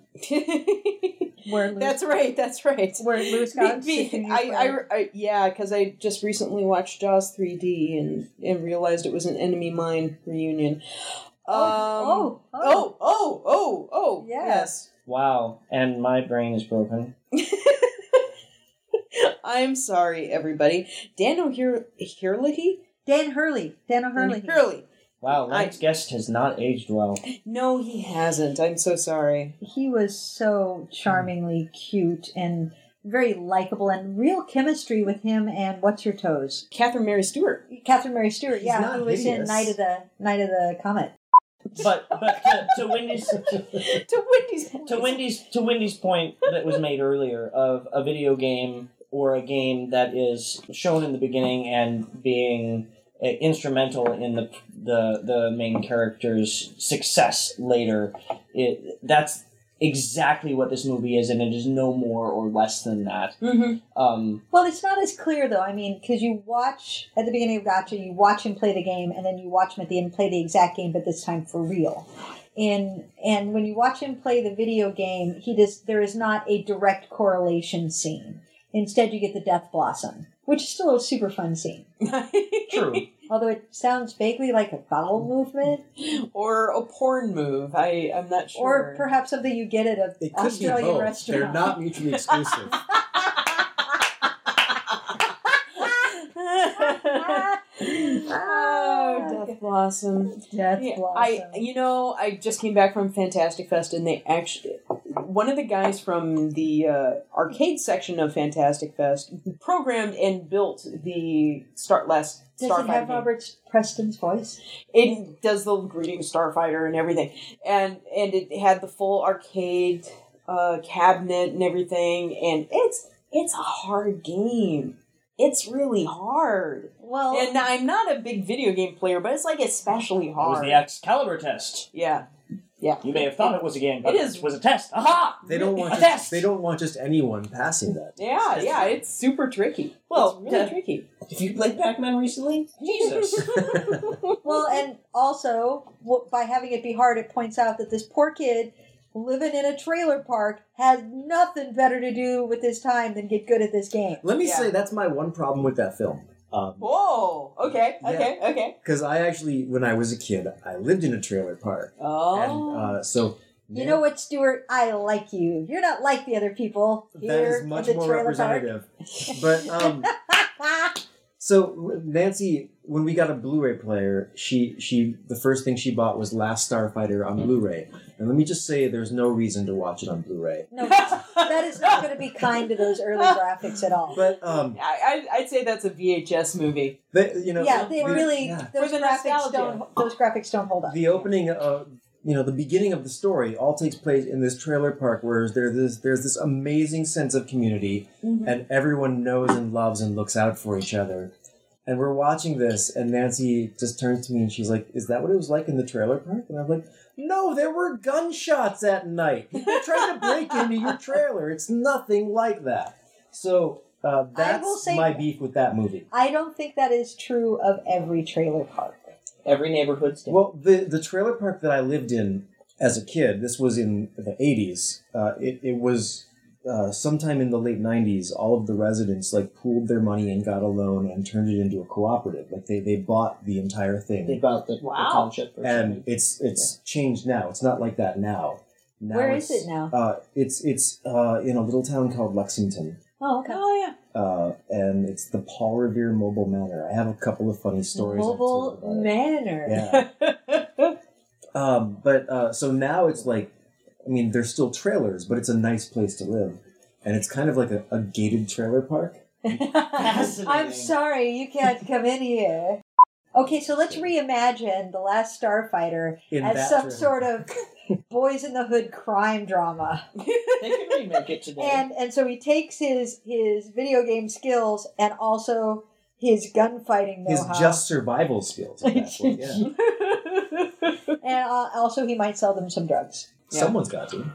B: Where Louis,
A: that's right. That's right.
B: where Louis
A: Me-
B: got
A: me- I, I, I, yeah, because I just recently watched Jaws 3D and, and realized it was an Enemy Mine reunion. Um,
B: oh, oh,
A: oh, oh, oh, oh,
B: Yes.
F: wow, and my brain is broken.
A: yes. I'm sorry, everybody. Dan O'Hur- Hurley?
B: Dan Hurley, Dan O'Hurley.
A: Hurley.
F: Wow,
A: I-
F: Lance Guest has not aged well.
A: No, he hasn't. I'm so sorry.
B: he was so charmingly cute and very likable and real chemistry with him and what's her toes
A: Catherine Mary Stewart.
B: catherine mary stewart
C: He's
B: yeah
C: not
B: who was in
C: hideous.
B: night of the night of the comet
F: But but to, to Wendy's
A: to Wendy's.
F: to Wendy's to Wendy's point that was made earlier of a video game or a game that is shown in the beginning and being uh, instrumental in the the the main character's success later. It that's exactly what this movie is, and it is no more or less than that.
A: Mhm.
F: Um,
B: well it's not as clear though i mean because you watch at the beginning of gotcha you watch him play the game and then you watch him at the end play the exact game but this time for real in and when you watch him play the video game he does there is not a direct correlation scene instead you get the death blossom which is still a super fun scene
F: true.
B: Although it sounds vaguely like a
C: Mm,
B: bowel movement,
A: or a porn move. I I'm not sure.
B: or perhaps something you get at a
C: It could
B: Australian
C: be both.
B: restaurant.
C: They're not mutually exclusive.
A: oh, Death Blossom.
B: Death
A: Yeah,
B: blossom.
A: I you know I just came back from Fantastic Fest and they actually one of the guys from the uh, arcade section of Fantastic Fest programmed and built the start last
B: Does
A: Starfighter
B: it have
A: game.
B: Robert Preston's voice?
A: it does the greeting starfighter and everything and and it had the full arcade uh, cabinet and everything, and it's it's a hard game. It's really hard.
B: Well,
A: And I'm not a big video game player, but it's like especially
F: It was
A: hard.
F: the Excalibur test.
A: yeah, yeah.
F: You may have thought it was a game, but
A: It is-
F: it was a test. Aha!
C: They don't want
F: a
C: just,
F: test.
C: they don't want just anyone passing that.
A: Yeah, yeah, it's super tricky.
F: Well,
A: it's really
F: yeah.
A: tricky.
F: If you played Pac-Man recently, Jesus.
B: well, and also w- by having it be hard, it points out that this poor kid living in a trailer park has nothing better to do with his time than get good at this game.
C: Let me
A: Yeah.
C: say that's my one problem with that film.
A: Whoa. Okay. Okay. Okay.
C: Because I actually, when I was a kid, I lived in a trailer park,
A: Oh.
C: and uh, so
B: You know what, Stuart? I like you. You're not like the other people here
C: that is much
B: in the
C: more
B: trailer park. Ah,
C: representative. but um, so Nancy, when we got a Blu-ray player, she she the first thing she bought was Last Starfighter
B: Mm-hmm.
C: on Blu-ray, and let me just say, there's no reason to watch it on Blu-ray.
B: No, that is not going to be kind to those early graphics at all.
C: But um,
A: I, I I'd say that's a VHS movie.
C: they, you know,
B: yeah, they
C: the-
B: really
C: yeah.
B: those
A: For the
B: graphics
A: nostalgia.
B: don't those graphics don't hold up.
C: the opening of you know the beginning of the story all takes place in this trailer park where there's this, there's this amazing sense of community
B: Mm-hmm.
C: and everyone knows and loves and looks out for each other and we're watching this and nancy just turns to me and she's like is that what it was like in the trailer park and i'm like no there were gunshots at night people trying to break into your trailer it's nothing like that so uh,
B: will
C: that's
B: say-
C: my beef with that movie
B: I don't think that is true of every trailer park.
F: Every neighborhood's different.
C: Well, the the trailer park that I lived in as a kid, this was in the eighties. Uh, it it was uh, sometime in the late nineties. All of the residents like pooled their money and got a loan and turned it into a cooperative. Like they they bought the entire
F: Think
C: thing,
F: about the, the
A: Wow.
F: township. or
C: and
F: something.
C: it's it's changed now. It's not like that now. now
B: Where is
C: it's-
B: it now?
C: Uh, it's it's uh, in a little town called Lexington.
B: Oh, okay.
A: Oh yeah.
C: Uh, and it's the Paul Revere Mobile Manor. I have a couple of funny stories. I've told about
B: Mobile
C: it.
B: Manor.
C: Yeah. um, but uh, so now it's like, I mean, there's still trailers, but it's a nice place to live, and it's kind of like a, a gated trailer park.
F: Fascinating.
B: I'm sorry, you can't come in here. Okay, so let's reimagine The Last Starfighter
C: In
B: as
C: that
B: some
C: trailer.
B: sort of boys in the hood crime drama.
F: They can remake it today.
B: And and so he takes his his video game skills and also his gunfighting
C: His
B: know-how.
C: just survival skills. at that point, yeah.
B: and uh, also he might sell them some drugs.
C: Someone's got to.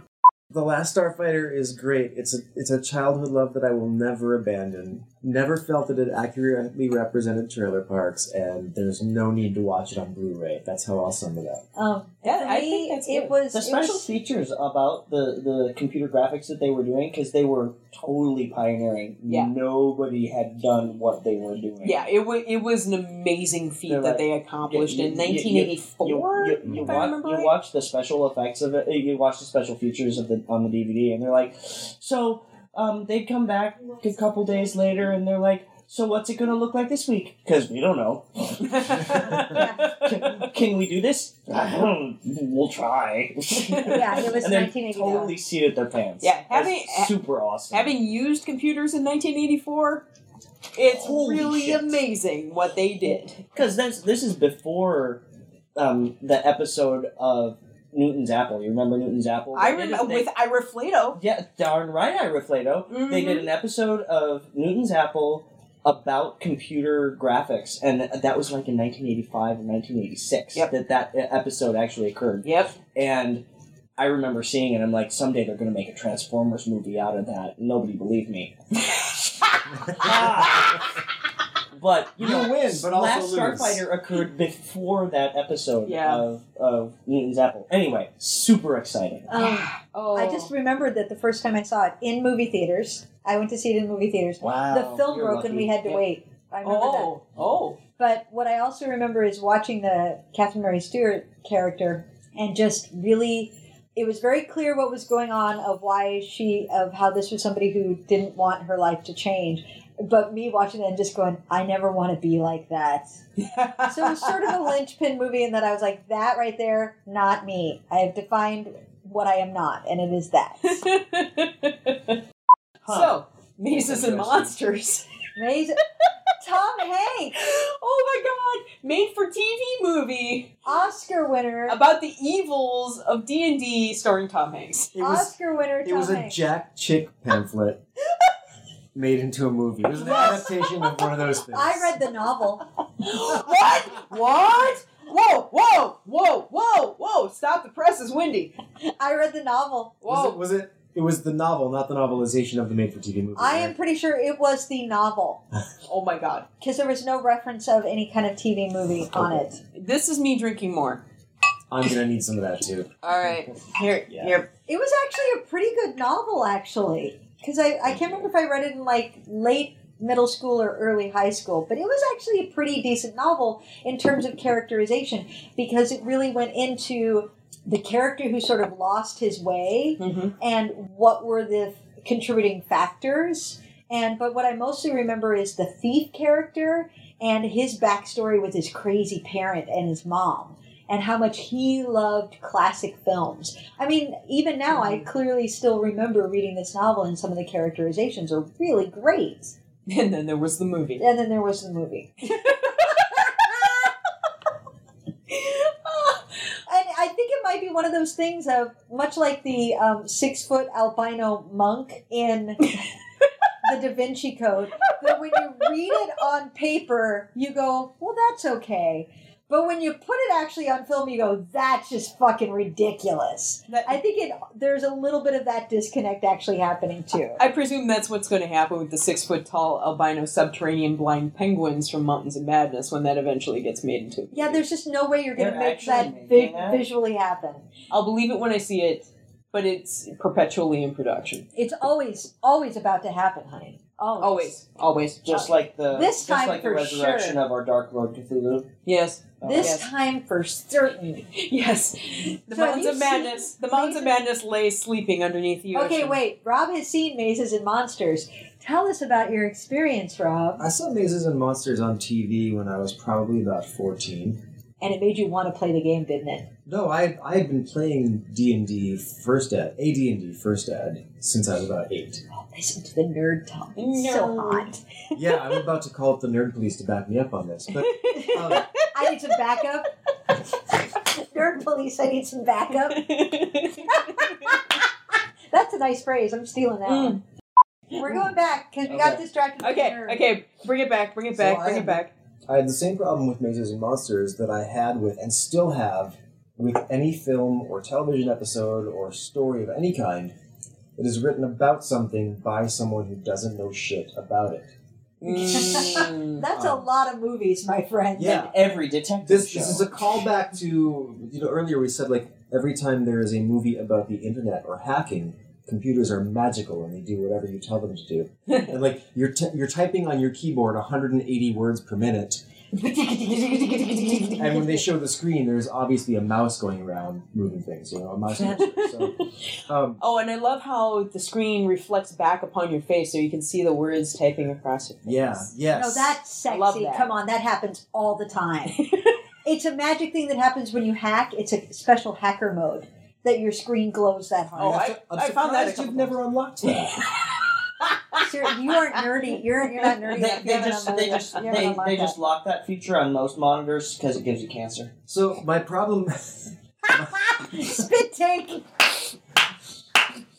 C: The Last Starfighter is great. It's a it's a childhood love that I will never abandon. Never felt that it accurately represented trailer parks, and there's no need to watch it on Blu-ray. That's how I'll sum it up.
B: Um,
A: Yeah,
B: for
A: I
B: me,
A: think that's
B: it
A: good.
B: was
F: the
B: it
F: special
B: was-
F: features about the, the computer graphics that they were doing because they were totally pioneering.
A: Yeah.
F: Nobody had done what they were doing.
A: Yeah, it was it was an amazing feat
F: They're
A: that
F: like-
A: they accomplished
F: Yeah, you-
A: in
F: you- you-
A: 1984.
F: You, you, you,
A: if I
F: wa-
A: remember
F: you
A: right.
F: watch the special effects of it. eh, You watch the special features of the on the DVD, and they're like, so um, they come back a couple days later, and they're like, so what's it going to look like this week? Because we don't know. can, can we do this? we'll try.
B: Yeah, it was
F: and they're
B: 1989.
F: Totally seated their pants.
A: Yeah, having-
F: That's super awesome.
A: Having used computers in 1984, it's
F: Holy
A: really
F: shit.
A: amazing what they did.
F: because this this is before um, the episode of Newton's Apple. You remember Newton's Apple?
A: I Mm-hmm.
F: They did-
A: remember
F: they-
A: with Ira Flato.
F: Yeah, darn right, Ira Flato. They did an episode of Newton's Apple about computer graphics, and th- that was like in 1985 and 1986
A: Yep.
F: that that e-, episode actually occurred.
A: Yep.
F: And I remember seeing it. I'm like, someday they're going to make a Transformers movie out of that. Nobody believed me.
B: Ah.
F: but you,
C: You
F: know,
C: win, but also
F: Last
C: lose.
F: Starfighter occurred before that episode
A: Yeah.
F: of, of Newton's Apple. Anyway, super exciting.
B: Um,
A: Oh,
B: I just remembered that the first time I saw it in movie theaters, I went to see it in movie theaters.
F: Wow,
B: the film
F: you're
B: broke and
F: lucky.
B: we had to
A: Yeah.
B: wait. I remember that.
A: Oh, oh,
B: But what I also remember is watching the Catherine Murray Stewart character and just really, it was very clear what was going on of why she, of how this was somebody who didn't want her life to change. But me watching it and just going, I never want to be like that.
A: Oh.
B: so it was sort of a linchpin movie in that I was like, that right there, not me. I have defined what I am not, and it is that.
F: Huh.
A: So, Mazes and
F: Interesting.
A: Monsters.
B: Amazing. Tom Hanks,
A: Oh my god! Made for TV movie
B: Oscar winner,
A: about the evils of D and D, starring Tom Hanks.
C: It was
B: Oscar winner
C: it
B: Tom
C: was a
B: Hanks.
C: Jack Chick pamphlet made into a movie. It was an adaptation of one of those things.
B: I read the novel.
A: what? What? Whoa! Whoa! Whoa! Whoa! Whoa! Stop! The press is windy.
B: I read the novel.
A: Whoa!
C: Was it, was it? It was the novel, not the novelization of the made-for-TV movie.
B: I am
C: right?
B: pretty sure it was the novel
A: Oh my god!
B: because there was no reference of any kind of TV movie on it.
A: This is me drinking more.
C: I'm gonna need some of that too.
A: All right. Here.
F: Yeah.
A: Here.
B: It was actually a pretty good novel, actually, because I, I can't remember if I read it in like late middle school or early high school, but it was actually a pretty decent novel in terms of characterization because it really went into the character who sort of lost his way
A: Mhm.
B: and what were the f- contributing factors. And but what I mostly remember is the thief character and his backstory with his crazy parent and his mom. And how much he loved classic films. I mean, even now, I clearly still remember reading this novel, and some of the characterizations are really great.
A: And then there was the movie.
B: And then there was the movie. And I think it might be one of those things of much like the um, six foot albino monk in the Da Vinci Code, that when you read it on paper, you go, well, that's okay. But when you put it actually on film, you go, that's just fucking ridiculous.
A: That-
B: I think it there's a little bit of that disconnect actually happening too.
A: I presume that's what's going to happen with the six foot tall albino subterranean blind penguins from Mountains of Madness when that eventually gets made into. a movie.
B: Yeah, there's just no way you're going to
F: They're
B: make
F: actually
B: that, vi-
F: making that?
B: visually happen.
A: I'll believe it when I see it, but it's perpetually in production.
B: It's always, always about to happen, honey. Always.
A: Always, always.
F: Just like the
B: This
F: just
B: time
F: like
B: for
F: the resurrection
B: sure.
F: of our Dark Lord Cthulhu.
A: Yes,
F: Uh,
B: This
A: Yes.
B: time for certain.
A: yes. The
B: So
A: mountains
B: have
A: of
B: you seen
A: madness. The mountains of madness lay sleeping underneath the
B: Okay,
A: ocean.
B: wait. Rob has seen Mazes and Monsters. Tell us about your experience, Rob.
C: I saw Mazes and Monsters on TV when I was probably about 14.
B: And it made you want to play the game, didn't it?
C: No, I I had been playing D and D first ed, AD and D first ed since I was about eight.
B: Oh, listen to the nerd talk. It's so
A: Nerd.
B: hot.
C: Yeah, I'm about to call up the nerd police to back me up on this, but um,
B: I need some backup. nerd police, I need some backup. That's a nice phrase. I'm stealing that
A: Mm.
B: one. We're going back because we got
F: Okay.
B: distracted. by
A: okay,
B: nerd.
A: okay. Bring it back. Bring it
C: So
A: back.
C: I
A: bring
C: am-
A: it back.
C: I had the same problem with Mazes and Monsters that I had with and still have with any film or television episode or story of any kind that is written about something by someone who doesn't know shit about it.
A: Mm.
B: That's a
C: Um,
B: lot of movies, my friend.
C: Yeah.
F: And every detective
C: This
F: show.
C: this is a callback to you know earlier we said like every time there is a movie about the internet or hacking, computers are magical and they do whatever you tell them to do. and like you're t- you're typing on your keyboard 180 words per minute, and when they show the screen, there's obviously a mouse going around moving things. You know, a mouse. cursor. so, um,
A: Oh, and I love how the screen reflects back upon your face, so you can see the words typing across your face.
C: yeah. Yes.
B: No, that's
A: I
B: sexy.
A: love that.
B: Come on, that happens all the time. it's a magic thing that happens when you hack. It's a special hacker mode that your screen glows that
A: Oh,
B: hard.
A: I-
C: I'm
A: I found that a
C: surprised you've
A: couple
C: never unlocked that.
B: Sir, you aren't nerdy. You're you're not nerdy.
F: They,
B: enough.
F: they
B: You haven't
F: just
B: unlocked
F: they
B: that.
F: just
B: You
F: they,
B: haven't unlocked
F: they
B: that.
F: just lock that feature on most monitors because it gives you cancer.
C: so my problem.
B: spit take.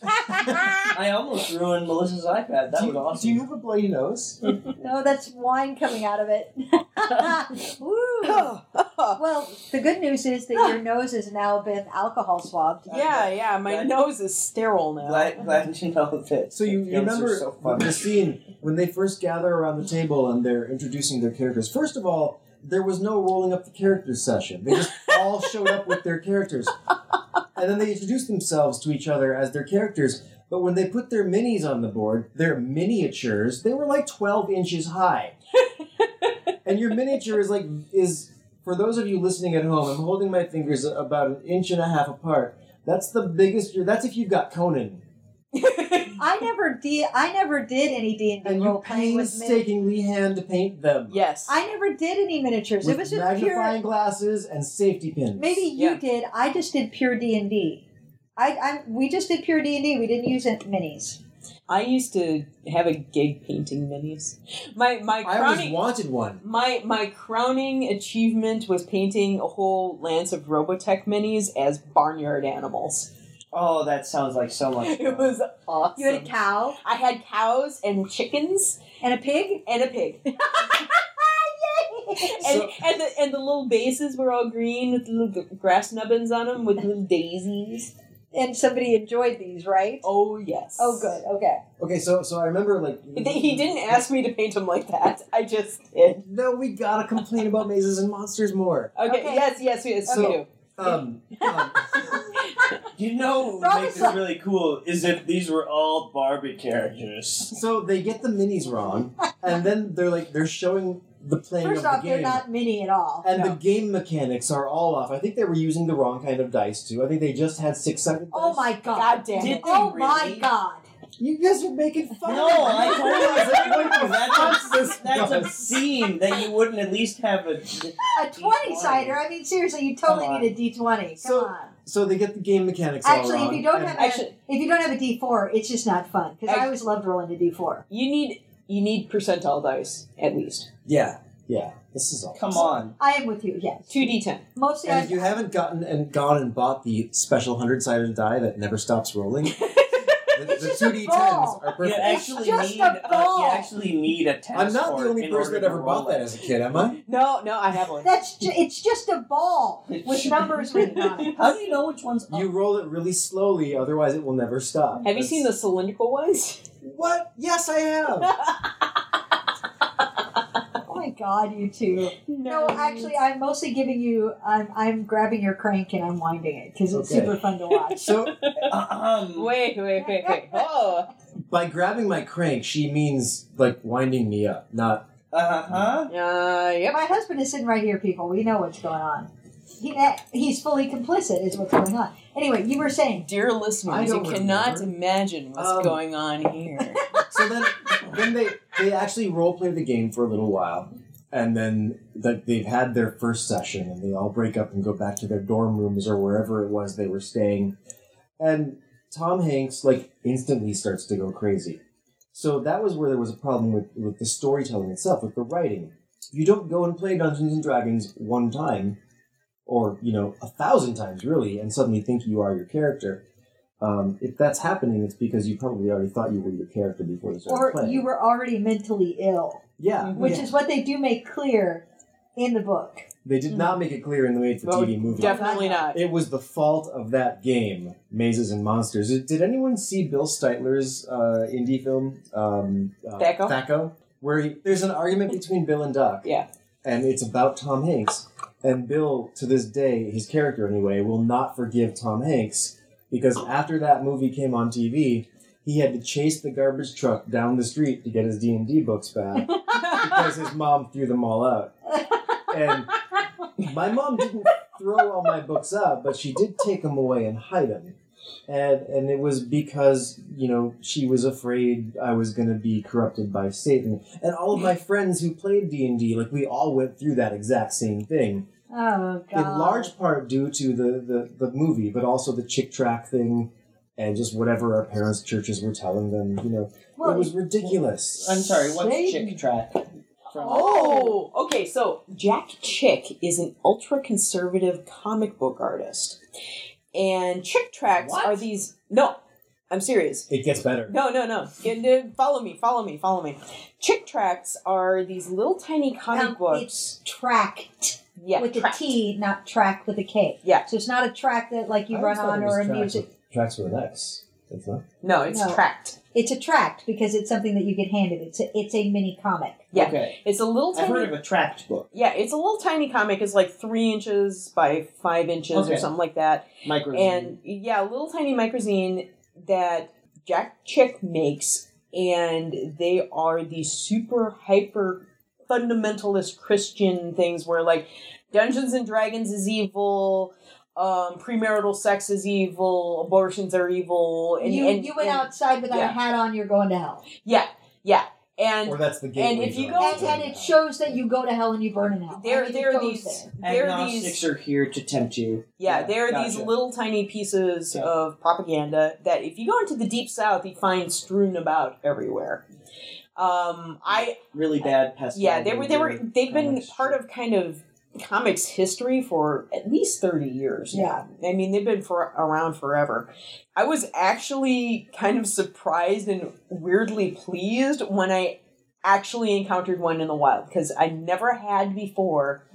F: I almost ruined Melissa's iPad. That
C: do,
F: was
C: you,
F: awesome.
C: do you have a bloody nose?
B: No, that's wine coming out of it. Woo. Well, the good news is that your nose has now been alcohol swabbed.
A: yeah, yeah. My
F: That-
A: nose is sterile now.
F: glad, glad to know that.
C: So you,
F: the
C: you
F: films are
C: remember
F: so funny.
C: the scene when they first gather around the table and they're introducing their characters. First of all, there was no rolling up the characters session. They just all showed up with their characters. And then they introduced themselves to each other as their characters. But when they put their minis on the board, their miniatures, they were like 12 inches high. and your miniature is like, is, for those of you listening at home, I'm holding my fingers about an inch and a half apart. That's the biggest, that's if you've got Conan.
B: I never did. I never did any D and
C: and
B: D
C: you
B: role playing with mini-
C: painstakingly hand paint them.
A: yes.
B: I never did any miniatures.
C: with
B: it was just
C: magnifying
B: pure.
C: glasses and safety pins.
B: Maybe you
A: Yeah.
B: did. I just did pure D and D. I, I we just did pure D and D. We didn't use it minis.
A: I used to have a gig painting minis. My my
C: I always
A: crowning
C: wanted one.
A: my my crowning achievement was painting a whole lance of Robotech minis as barnyard animals.
F: Oh, that sounds like so much.
A: It was awesome.
B: You had a cow
A: I had cows and chickens
B: and a pig.
A: and a pig. And,
C: So-
A: and, the, and the little bases were all green with little grass nubbins on them with little daisies.
B: and somebody enjoyed these, right?
A: Oh, yes.
B: Oh, good. Okay.
C: Okay, so so I remember like
A: They- He didn't ask me to paint him like that. I just did.
C: No, we gotta complain about mazes and monsters more.
A: Okay,
B: Okay.
A: yes, yes, yes, we
C: So-
A: do.
C: Um, um,
G: You know what
B: Robin
G: makes this
B: Sutton.
G: really cool is if these were all Barbie characters.
C: so they get the minis wrong, and then they're like they're showing the playing
B: First
C: of the
B: off, they're
C: game.
B: not mini at all.
C: and
A: No.
C: the game mechanics are all off. I think they were using the wrong kind of dice too. I think they just had six sided
B: Oh my god.
A: God damn
G: Did
A: it.
G: they
B: Oh my
G: really?
B: god.
C: You guys are making fun.
G: No,
C: of me.
G: I told you that's,
C: What's this
G: obs- that's
C: does?
G: obscene that you wouldn't at least have a.
B: A 20 cider. I mean, seriously, you totally
G: Come on.
B: need a D20. Come
C: So-
B: on.
C: So uh, they get the game mechanics all
B: Actually, if
C: wrong,
B: you don't
C: and-
B: have a,
A: Actually-
B: if you don't have a D4, it's just not fun. Because I
A: Act-
B: always loved rolling a D4.
A: You need you need percentile dice, at least.
C: yeah, yeah, this is all.
G: Come on.
B: I am with you. Yes.
A: 2d10.
B: Mostly,
C: And
B: I,
C: if you haven't gotten and gone and bought the special hundred sided die that never stops rolling, the- the
B: just a
C: two d tens
B: ball.
C: are
G: You
C: perfect.
G: actually
B: just
G: need
B: a ball.
G: you actually need a tennis
C: I'm not the
G: court
C: only
G: in
C: person
G: order
C: that
G: to
C: ever bought
G: roll it.
C: that as a kid, am I?
A: No, no, I have one.
B: that's ju- it's just a ball with numbers written on it.
F: How do you know which one's
C: You roll it really slowly, otherwise it will never stop.
A: Have you seen the cylindrical ones?
C: What? Yes, I have.
B: Oh my god, you two. No, actually, I'm mostly giving you. I'm I'm grabbing your crank and I'm winding it because it's
C: Okay.
B: super fun to watch.
C: so
G: Um,
A: Wait, wait, wait, wait. Oh.
C: by grabbing my crank, she means like winding me up, not
G: uh huh.
A: Uh, yep.
B: My husband is sitting right here, people. We know what's going on. He, that, he's fully complicit, is what's going on. Anyway, you were saying.
A: Dear
C: I
A: listeners, you
C: don't
A: cannot
C: remember.
A: imagine what's
C: Um,
A: going on here.
C: so then then they they actually role play the game for a little while and then like they've had their first session and they all break up and go back to their dorm rooms or wherever it was they were staying and tom hanks like instantly starts to go crazy so that was where there was a problem with, with the storytelling itself with the writing you don't go and play dungeons and dragons one time or you know a thousand times really and suddenly think you are your character um, if that's happening it's because you probably already thought you were your character before you started
B: Or
C: playing
B: you were already mentally ill,
C: yeah
B: which is what they do make clear in the book.
C: They did not make it clear in the made for
A: Well,
C: TV movie.
A: Definitely not.
C: It was the fault of that game, Mazes and Monsters. Did did anyone see Bill Steitler's uh, indie film, um, uh,
A: Thaco?
C: Where he, there's an argument between Bill and Doc.
A: Yeah.
C: And it's about Tom Hanks. And Bill, to this day, his character anyway, will not forgive Tom Hanks because after that movie came on TV, he had to chase the garbage truck down the street to get his D&D books back because his mom threw them all out. And my mom didn't throw all my books out, but she did take them away and hide them. And and it was because, you know, she was afraid I was going to be corrupted by Satan. And all of my friends who played D&D, like we all went through that exact same thing.
B: Oh, God.
C: In large part due to the the, the movie, but also the chick track thing and just whatever our parents' churches were telling them, you know.
B: Well,
C: it was ridiculous.
F: I'm sorry, what's
C: Satan.
F: chick track? From
A: Oh, okay. So Jack Chick is an ultra conservative comic book artist, and Chick Tracks
F: What?
A: are these. No, I'm serious.
C: It gets better.
A: No, no, no. Yeah, no, Follow me. Follow me. Follow me. Chick Tracks are these little tiny comic
B: um,
A: books.
B: it's tracked
A: Yeah,
B: with
A: tracked.
B: a T, not track with a K.
A: Yeah.
B: So it's not a track that like you
C: I
B: run
C: always thought
B: on
C: it was
B: or a
C: tracks
B: music.
C: with- Tracks with an X. It's not.
A: No, it's
B: No.
A: tracked.
B: It's a tract because it's something that you get handed. It's a, it's a mini comic.
A: Yeah,
F: Okay.
A: it's a little
F: I've
A: tiny.
F: heard of a tract book.
A: yeah, it's a little tiny comic. It's like three inches by five inches or
F: Okay.
A: something like that.
F: Micro
A: and yeah, a little tiny microzine that Jack Chick makes, and they are these super hyper fundamentalist Christian things where like Dungeons and Dragons is evil, um, premarital sex is evil, abortions are evil, and
B: you
A: and,
B: you went
A: and-
B: outside without
A: yeah.
B: a hat on. You're going to hell.
A: yeah, yeah.
C: or
A: and
C: that's the
A: if
C: gateway.
A: you
C: drug.
A: go-
B: And, and it shows that you go to hell and you burn in hell. I
A: there
B: mean,
A: there
B: it
A: are
B: goes
A: these
B: there.
A: there are
F: Agnostics
A: these
F: are here to tempt you.
A: yeah, there are these
F: gotcha.
A: little tiny pieces
F: Yeah.
A: of propaganda that if you go into the deep south, you find strewn about everywhere. Um, I
F: really bad pests.
A: yeah, they were they were they've been
F: comics.
A: part of kind of comics history for at least 30 years now. i mean they've been for around forever i was actually kind of surprised and weirdly pleased when i actually encountered one in the wild because i never had before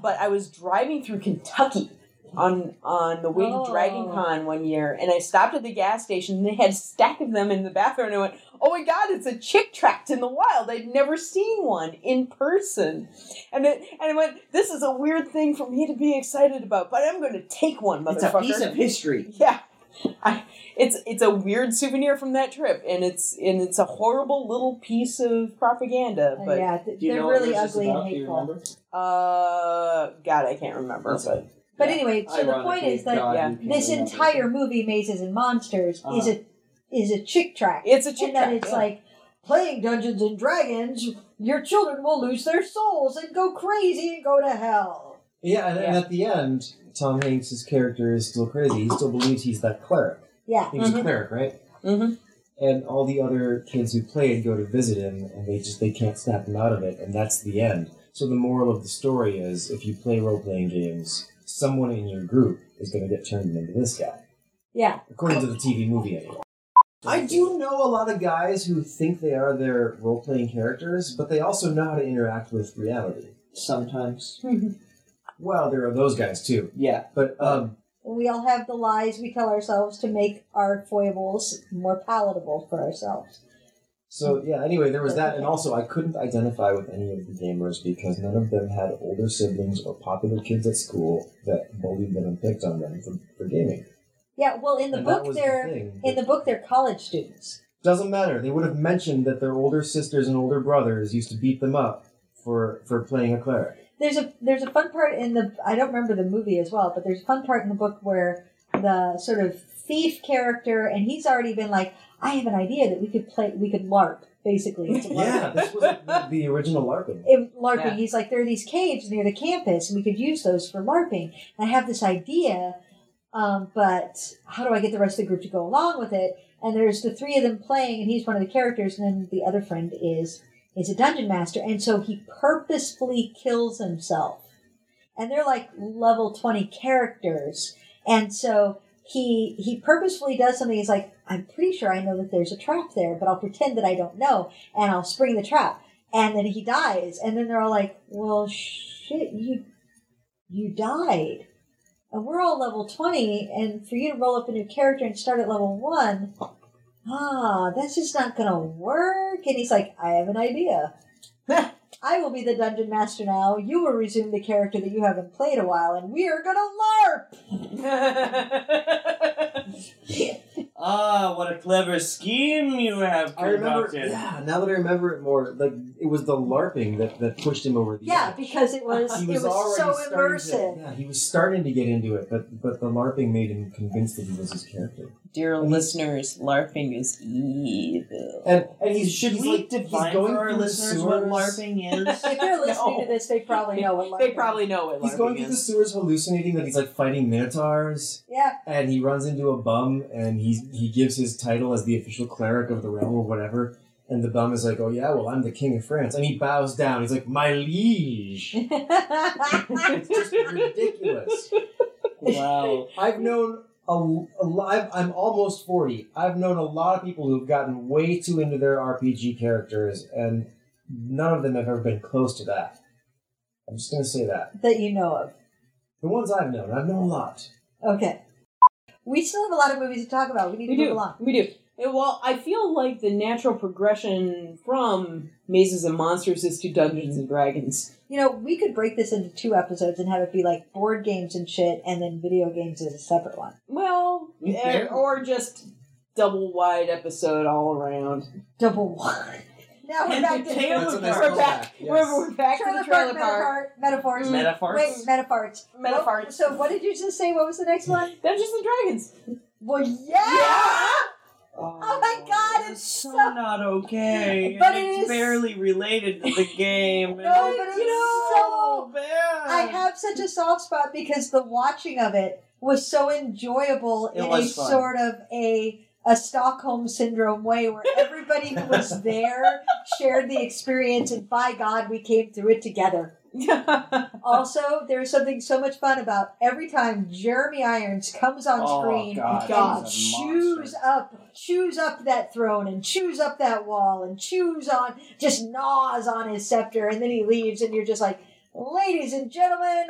A: but i was driving through kentucky on on the way to dragon
B: Oh.
A: con one year and i stopped at the gas station and they had a stack of them in the bathroom and i went oh my god it's a chick tract in the wild i'd never seen one in person and it and i went this is a weird thing for me to be excited about but i'm going to take one
F: It's a
A: motherfucker
F: piece of history.
A: yeah I, it's it's a weird souvenir from that trip and it's and it's a horrible little piece of propaganda
B: Uh,
A: but
B: yeah, th-
F: Do you
B: they're
F: know what
B: really
F: this is
B: ugly and
F: about? Do you
B: hateful.
F: remember?
A: uh god i can't remember but
B: But
F: Yeah.
B: anyway, so the point
F: Ironically,
B: is that
F: God,
A: yeah,
F: you Uh-huh. can't
B: this
F: remember.
B: entire movie, Mazes and Monsters, is a is a chick track.
A: it's a chick
B: and that
A: tract,
B: it's
A: yeah.
B: like playing Dungeons and Dragons, your children will lose their souls and go crazy and go to hell.
C: yeah, and, and
A: Yeah.
C: at the end, Tom Hanks' character is still crazy. He still believes he's that cleric.
B: Yeah.
C: He was a cleric, right?
A: Mhm.
C: And all the other kids who played go to visit him, and they just they can't snap him out of it, and that's the end. So the moral of the story is, if you play role playing games, someone in your group is going to get turned into this guy,
B: Yeah.
C: according to the TV movie. Anyway. I do know a lot of guys who think they are their role playing characters, but they also know how to interact with reality.
F: Sometimes.
C: Well, there are those guys too,
F: Yeah.
C: but um,
B: We all have the lies we tell ourselves to make our foibles more palatable for ourselves.
C: So yeah, anyway, there was that, and also I couldn't identify with any of the gamers because none of them had older siblings or popular kids at school that bullied them and picked on them for, for gaming.
B: Yeah, well in the
C: And that
B: book
C: was the
B: they're
C: thing.
B: in the book they're college students.
C: Doesn't matter. They would have mentioned that their older sisters and older brothers used to beat them up for for playing a cleric.
B: There's a there's a fun part in the I don't remember the movie as well, but there's a fun part in the book where the sort of thief character and he's already been like, I have an idea that we could play we could LARP, basically. It's a LARP.
C: Yeah, this was the, the original LARPing.
B: in LARPing.
A: Yeah.
B: He's like, there are these caves near the campus, and we could use those for LARPing. And I have this idea, um, but how do I get the rest of the group to go along with it? And there's the three of them playing, and he's one of the characters, and then the other friend is is a dungeon master, and so he purposefully kills himself. And they're like level twenty characters, and so he he purposefully does something. He's like, I'm pretty sure I know that there's a trap there, but I'll pretend that I don't know, and I'll spring the trap. And then he dies, and then they're all like, "Well, shit, you you died." And we're all level twenty, and for you to roll up a new character and start at level one, ah, that's just not gonna work. And he's like, "I have an idea. I will be the dungeon master now. You will resume the character that you haven't played a while, and we are gonna LARP."
G: Ah, what a clever scheme you have
C: I remember.
G: concocted.
C: Yeah, now that I remember it more, like it was the LARPing that, that pushed him over the
B: Yeah,
C: edge.
B: because it was,
C: he
B: it
C: was,
B: was
C: already
B: so
C: starting
B: immersive.
C: To, yeah, he was starting to get into it, but but the LARPing made him convinced that he was his character.
A: dear listeners larping is evil
C: And and
F: He's-
C: he's
F: Should
C: he's
F: we
C: like,
F: define
C: he's going
F: for our
C: through the
F: listeners
C: sewers.
F: what LARPing is?
B: If they're listening
A: No.
B: to this, they probably know what LARP
A: they probably know what
C: He's
A: larping
C: going through the
A: is
C: sewers, hallucinating that he's like fighting minotaurs,
B: Yeah,
C: and he runs into a bum, and he he gives his title as the official cleric of the realm or whatever. And the bum is like, "Oh yeah, well I'm the king of France," and he bows down. He's like, "My liege." It's just ridiculous.
F: wow.
C: I've known a, a lot. I've- I'm almost forty. I've known a lot of people who've gotten way too into their RPG characters, and none of them have ever been close to that. I'm just gonna say that
B: that you know of.
C: the ones I've known, I've known a lot.
B: Okay. We still have a lot of movies to talk about. We need to
A: we
B: move
A: do
B: along.
A: we do Yeah, well i feel like the natural progression from mazes and monsters is to dungeons and dragons
B: You know, we could break this into two episodes and have it be like board games and shit, and then video games is a separate one.
A: well
F: You
A: eh,
F: can.
A: or just double wide episode all around
B: Double one. now we're
G: And
B: back to
G: the tail
C: That's a nice
A: we're
C: callback,
A: back
C: yes.
A: we're, we're back
B: trailer
A: to the trailer
B: park,
A: park
B: metaphor, metaphors.
F: Metaphors?
B: Wait, metaphors.
A: Metaphors.
B: Well, so what did you just say? What was the next one?
A: dungeons and dragons
B: Well, yeah. Oh my god,
G: That's
B: it's
G: so
B: so
G: not okay.
B: But
G: and
B: it
G: it's
B: is-
G: barely related to the game. and
B: No,
G: it's
B: but it's
G: so
B: so-
G: bad.
B: I have such a soft spot because the watching of it was so enjoyable
F: It
B: in a
F: was fun.
B: sort of a a Stockholm syndrome way where everybody who was there shared the experience and by God we came through it together. Also, there's something so much fun about every time Jeremy Irons comes on
G: Oh,
B: screen
G: God,
B: and
G: he's a monster.
B: chews up chews up that throne and chews up that wall and chews on just gnaws on his scepter and then he leaves and you're just like ladies and gentlemen,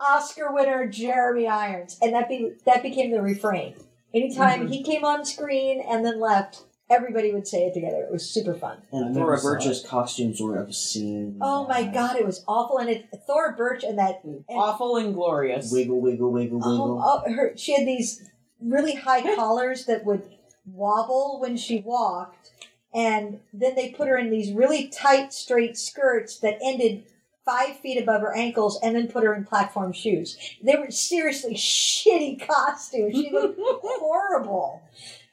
B: Oscar winner Jeremy Irons, and that be that became the refrain. Anytime
G: Mm-hmm.
B: he came on screen and then left, everybody would say it together. It was super fun.
G: Mm-hmm.
C: I
F: And
C: never
F: Thora
C: saw
F: Birch's costumes were obscene.
B: Oh my god, it was awful. And it Thora Birch and that
A: Awful and glorious.
F: Wiggle, wiggle, wiggle, wiggle.
B: oh, oh, her she had these really high collars that would wobble when she walked, and then they put her in these really tight straight skirts that ended. Five feet above her ankles, and then put her in platform shoes. They were seriously shitty costumes. She looked horrible.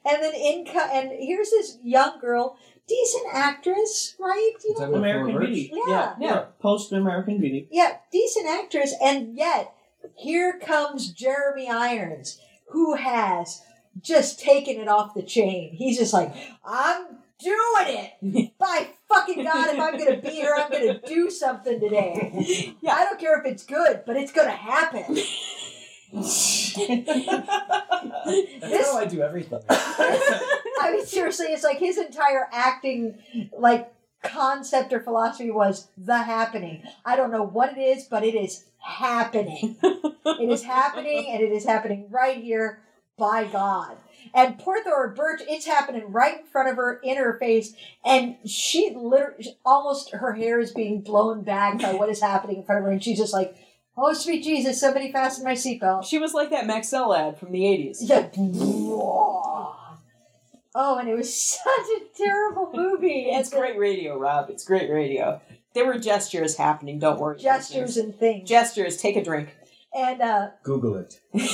B: And then in co- and here's this young girl, decent actress, right? You know,
C: Talking about
F: American
C: Thora Birch?
F: Beauty.
B: Yeah.
A: Yeah.
F: Post American Beauty.
B: yeah, decent actress, and yet here comes Jeremy Irons, who has just taken it off the chain. He's just like, I'm doing it. By fucking God, if I'm gonna be here, I'm gonna do something today. Yeah, I don't care if it's good, but it's gonna happen.
C: That's how I do everything.
B: I mean, seriously, it's like his entire acting, like concept or philosophy was the happening. I don't know what it is, but it is happening. it is happening, and it is happening right here by God. And poor Thora Birch, it's happening right in front of her, in her face, and she literally, almost her hair is being blown back by what is happening in front of her, and she's just like, "Oh sweet Jesus, somebody fasten my seatbelt."
A: She was like that Maxell ad from the 80s.
B: Yeah. Oh, and it was such a terrible movie.
A: It's
B: And the
A: great radio, Rob. It's great radio. There were gestures happening, don't worry.
B: Gestures and things.
A: Gestures, take a drink.
B: and uh,
C: Google it.
B: we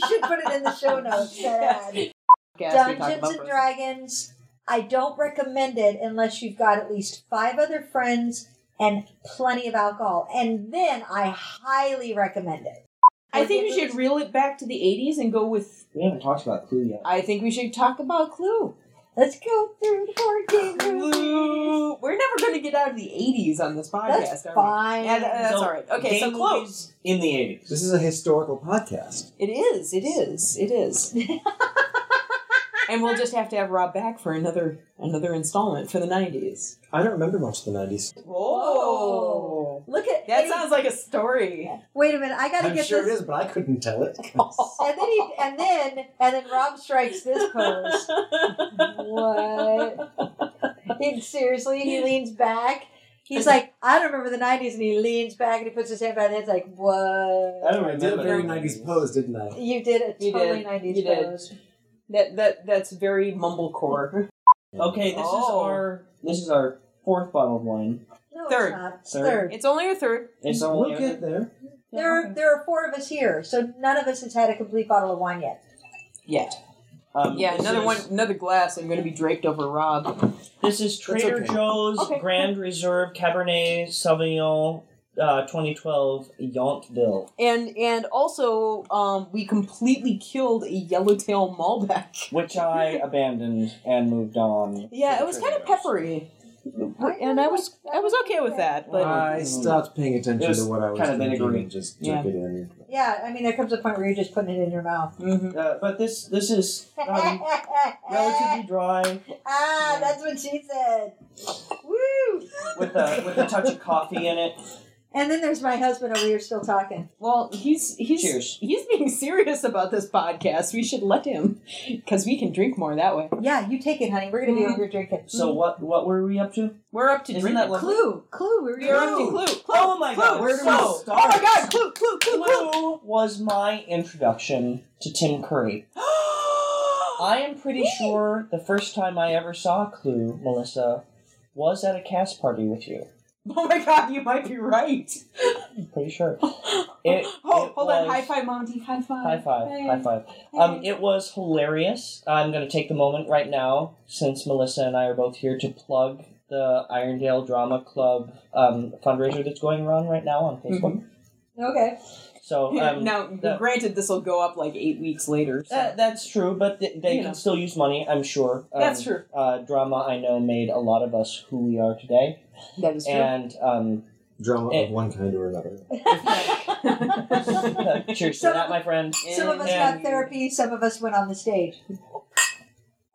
B: should put it in the show notes. that ad.
A: Guess we talked about
B: Dungeons and
A: first.
B: Dragons. I don't recommend it unless you've got at least five other friends and plenty of alcohol. And then I highly recommend it.
A: I think we should reel it back to the 80s and go with.
F: We haven't talked about Clue yet.
A: I think we should talk about Clue.
B: Let's go through board game movies.
A: Clue. We're never going to get out of the 80s on this podcast,
B: That's
A: are we?
B: fine.
A: Yeah, uh, that- that's
F: So,
A: all right. Okay, so
F: Game
A: Clue.
F: movies in the eighties.
C: This is a historical podcast.
A: It is. It is. It is. and we'll just have to have Rob back for another another installment for the 90s.
C: I don't remember much of the 90s.
B: Whoa. Look at
A: That
B: and-
A: sounds like a story.
B: Wait a minute, I gotta
C: I'm
B: get
C: sure
B: this.
C: it is, but I couldn't tell it.
B: and then he, and then and then Rob strikes this pose. what? He, seriously, he leans back. He's like, I don't remember the '90s, and he leans back and he puts his hand behind his head, like,
F: I
B: what?
F: don't
C: I did a
F: remember.
C: very 90s pose, didn't I?
B: You did a
A: You
B: totally
A: did.
B: '90s
A: You did.
B: pose.
A: That that that's very mumblecore.
F: Okay, this
A: Oh.
F: is our this is our fourth bottle of wine.
B: No,
A: Third.
B: it's not. It's
F: Third.
B: third.
A: It's only a third.
F: It's only
C: We'll get there.
B: There, are, there are four of us here, so none of us has had a complete bottle of wine yet.
A: Yet.
F: um,
A: Yeah,
F: this
A: another
F: is-
A: one another glass I'm gonna be draped over Rob.
F: This is Trader
C: okay.
F: Joe's
A: Okay.
F: Grand Reserve Cabernet Sauvignon uh, 2012 Yontville.
A: And and also um we completely killed a yellowtail Malbec.
F: which I abandoned and moved on.
A: Yeah,
G: the
A: it was kind of
G: Trader Joe's.
A: peppery. And I was I was okay with that, but
C: I stopped paying attention
F: It
C: to what I was
F: was Mm. kinda
C: thinking
F: vinegary.
C: and just
A: Yeah.
C: took it in.
B: Yeah, I mean, there comes a point where you're just putting it in your mouth.
A: Mhm.
F: Uh, but this this is um, relatively dry
B: ah, that's what she said. Woo!
F: with a with a touch of coffee in it.
B: And then there's my husband over here still talking.
A: Well, he's he's
F: Cheers.
A: he's being serious about this podcast. We should let him because we can drink more that way.
B: Yeah, you take it, honey. We're
A: Mm-hmm.
B: gonna be over here drinking.
F: So what what were we up to?
A: We're up to
F: Isn't
A: drink
F: that lovely?
B: Clue, clue. We're
A: We are up to
B: Clue.
A: clue. clue.
F: Oh my God,
A: Clue.
F: where do we
A: So-
F: start?
A: Oh my god! Clue! Clue! Clue! Clue!
F: Clue was my introduction to Tim Curry. I am pretty sure the first time I ever saw Clue, Melissa, was at a cast party with you.
A: Oh my god, you might be right.
F: Pretty sure. It,
A: oh,
F: it
A: hold on.
F: was-
A: High five, Monty. High five.
F: High five.
A: Oh, Hey.
F: High five. Um, it was hilarious. I'm going to take the moment right now, since Melissa and I are both here, to plug the Irondale Drama Club um, fundraiser that's going on right now on Facebook.
A: Mm-hmm.
B: Okay.
F: So um,
A: now,
F: the-
A: granted, this will go up like eight weeks later. So.
F: that- that's true, but th- they
A: You
F: can
A: know.
F: still use money, I'm sure. Um,
A: That's true.
F: Uh, drama, I know, made a lot of us who we are today.
A: that is
F: And um,
C: Drama
F: Eh.
C: of one kind or another.
F: cheers
B: So-
F: to that, my friend.
B: Some of us
F: And-
B: got therapy, some of us went on the stage.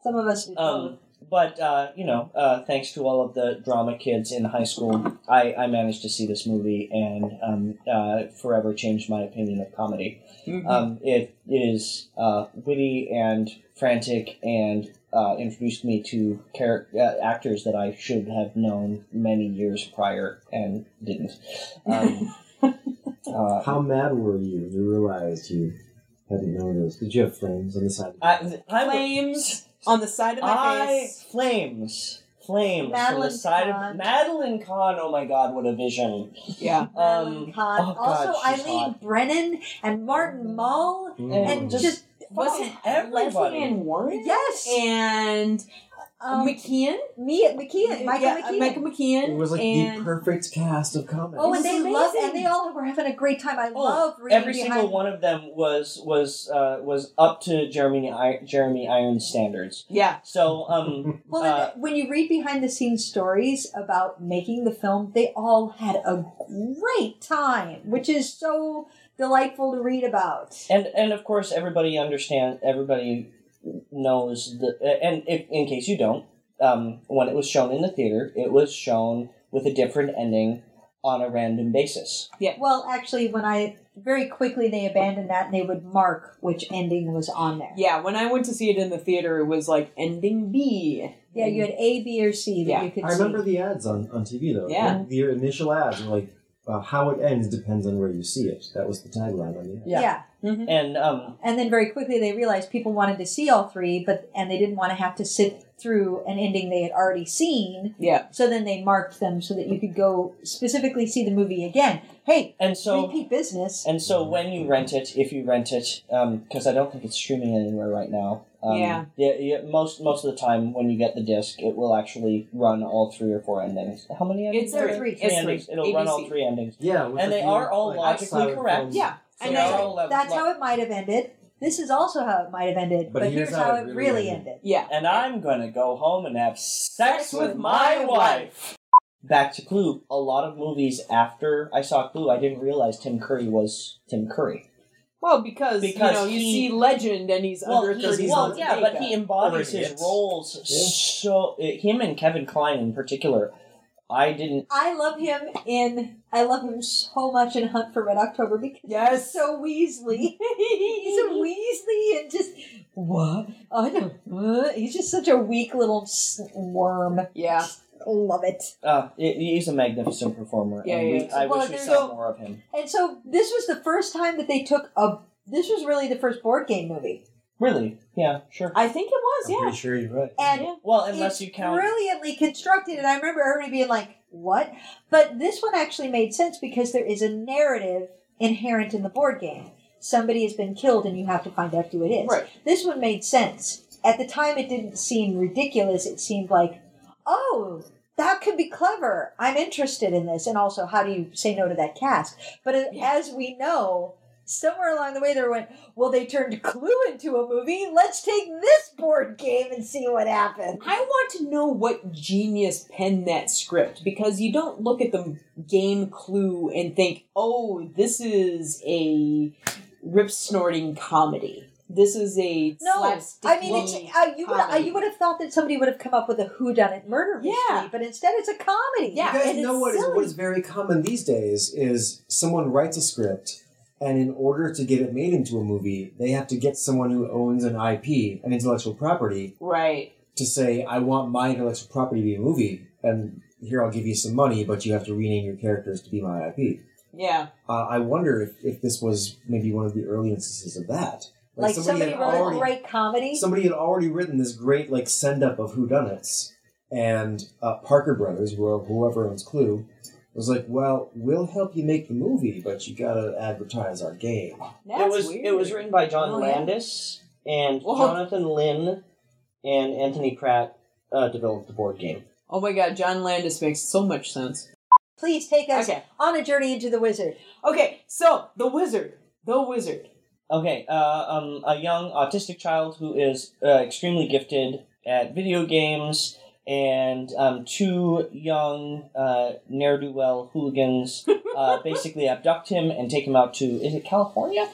B: Some of us did both.
F: Um, but uh, you know, uh, thanks to all of the drama kids in high school, I, I managed to see this movie and um, uh, forever changed my opinion of comedy.
A: Mhm.
F: Um, it is uh, witty and frantic and uh, introduced me to char- uh, actors that I should have known many years prior and didn't. Um, uh,
C: How mad were you when you realized you hadn't known this? Did you have friends on the side?
F: I,
C: Of
F: I,
A: flames on the side of my
F: I
A: face.
F: flames flames from
B: Madeline
F: the side
B: Kahn.
F: of Madeline Kahn. Oh my God, what a vision!
A: Yeah.
B: Con.
F: Um, oh God,
B: also,
F: she's
B: Eileen
F: hot.
B: Brennan and
A: Mm-hmm.
B: Martin Mull
F: and
C: you?
B: Mm-hmm. and
F: just-
B: just,
A: Wasn't
F: everybody.
A: Leslie Ann Warren?
B: yes,
A: And
B: um,
A: McKeon?
B: Mia McKeon, Michael
A: yeah,
B: McKeon.
A: Michael McKeon.
C: it was like the
A: and
C: perfect cast of comedy.
B: Oh,
A: It was
B: and they love,
A: amazing.
B: and they all were having a great time. I
F: Oh,
B: love reading
F: Every
B: behind
F: single one of them was was uh, was up to Jeremy I- Jeremy Irons standards.
A: yeah.
F: So um,
B: Well,
F: uh,
B: and when you read behind the scenes stories about making the film, they all had a great time, which is so delightful to read about.
F: and and of course everybody understand everybody knows the and if, in case you don't, um, when it was shown in the theater, it was shown with a different ending on a random basis.
B: Well, actually, when I very quickly they abandoned that and they would mark which ending was on there.
A: Yeah, when I went to see it in the theater, it was like ending B.
B: Yeah, you had A, B, or C that
A: Yeah.
B: you could
C: I
B: see.
C: remember the ads on, on TV though.
A: Yeah.
C: Like, the initial ads were like, uh, "How it ends depends on where you see it." That was the tagline on the ad.
F: Yeah. And um,
B: And then very quickly they realized people wanted to see all three, but and they didn't want to have to sit through an ending they had already seen.
A: Yeah.
B: So then they marked them so that you could go specifically see the movie again. Hey,
F: and so
B: repeat business.
F: And so when you rent it, if you rent it, because I don't think it's streaming anywhere right now. Um,
A: Yeah.
F: yeah, yeah, Most most of the time, when you get the disc, it will actually run all three or four endings. How many endings?
A: It's
B: There are
A: three.
B: three.
A: It's three.
F: endings. It'll run all
A: ABC.
F: three endings.
C: Yeah, with
F: And
C: a
F: they
C: few,
F: are all
C: like,
F: logically
C: silent
F: correct.
C: films.
A: Yeah.
F: So
A: And
F: they're
A: they-
F: all lev-
B: That's
F: le-
B: how it might have ended. This is also how it might have ended, but, here's, how it really ended.
A: Yeah.
F: And I'm gonna go home and have sex with my wife. Back to Clue. A lot of movies after I saw Clue, I didn't realize Tim Curry was Tim Curry.
A: Well, because,
F: Because
A: you know, you
F: he-
A: see Legend and he's under
F: he-
A: 30.
F: well,
A: months
F: yeah,
A: of
F: but
A: makeup.
F: he embodies
C: Or
F: his
C: hits.
F: roles
C: Yeah.
F: so. Him and Kevin Klein in particular, I didn't.
B: I love him in I love him so much in Hunt for Red October because he's
A: Yes.
B: so Weasley. he's a Weasley and just what I don't. what?" He's just such a weak little s- worm.
A: Yeah.
B: Love it.
F: Uh, he- he's a magnificent performer.
A: Yeah,
F: and we-
A: yeah.
F: I
B: Well,
F: wish we
B: there's
F: saw
B: so-
F: more of him.
B: And so this was the first time that they took a. This was really the first board game movie,
F: Really? Yeah, sure.
A: I think it was,
C: I'm
A: yeah.
C: pretty sure you're right.
B: and
F: Well, unless
B: it's
F: you count.
B: brilliantly constructed and i remember everybody being like what but this one actually made sense because there is a narrative inherent in the board game somebody has been killed and you have to find out who it is
A: Right.
B: this one made sense at the time it didn't seem ridiculous it seemed like oh that could be clever i'm interested in this and also how do you say no to that cast but a-
A: Yeah.
B: as we know somewhere along the way they went well they turned clue into a movie let's take this board game and see what happens
A: I want to know what genius penned that script because you don't look at the game clue and think, oh, this is a rip snorting comedy. This is a
B: No,
A: slapstick
B: I mean it's
A: comedy."
B: uh, you would uh,
A: comedy.
B: you would have thought that somebody would have come up with a whodunit murder mystery,
A: Yeah.
B: but instead it's a comedy.
A: Yeah,
C: you guys
A: and
C: know
A: it's
C: what is,
A: silly.
C: what is very common these days is someone writes a script and in order to get it made into a movie they have to get someone who owns an ip an intellectual property
A: right.
C: to say i want my intellectual property to be a movie and here i'll give you some money but you have to rename your characters to be my ip
A: Yeah.
C: uh, i wonder if, if this was maybe one of the early instances of that
B: like somebody,
C: had
B: wrote
C: already-
B: a great comedy.
C: somebody had already written this great like send up of whodunits, and uh, Parker Brothers, who are- whoever owns Clue, It was like, well, we'll help you make the movie, but you gotta advertise our game.
A: That's
F: it was
A: weird.
F: it was written by John
A: Oh, yeah.
F: Landis and
A: Whoa.
F: Jonathan Lynn and Anthony Pratt uh, developed the board game.
A: Oh my god, John Landis makes so much sense.
B: Please take us
A: Okay.
B: on a journey into the wizard.
A: Okay, so the wizard, the wizard.
F: Okay, uh, um, a young autistic child who is uh, extremely gifted at video games, and um, two young uh, ne'er do well hooligans uh, basically abduct him and take him out to is it California?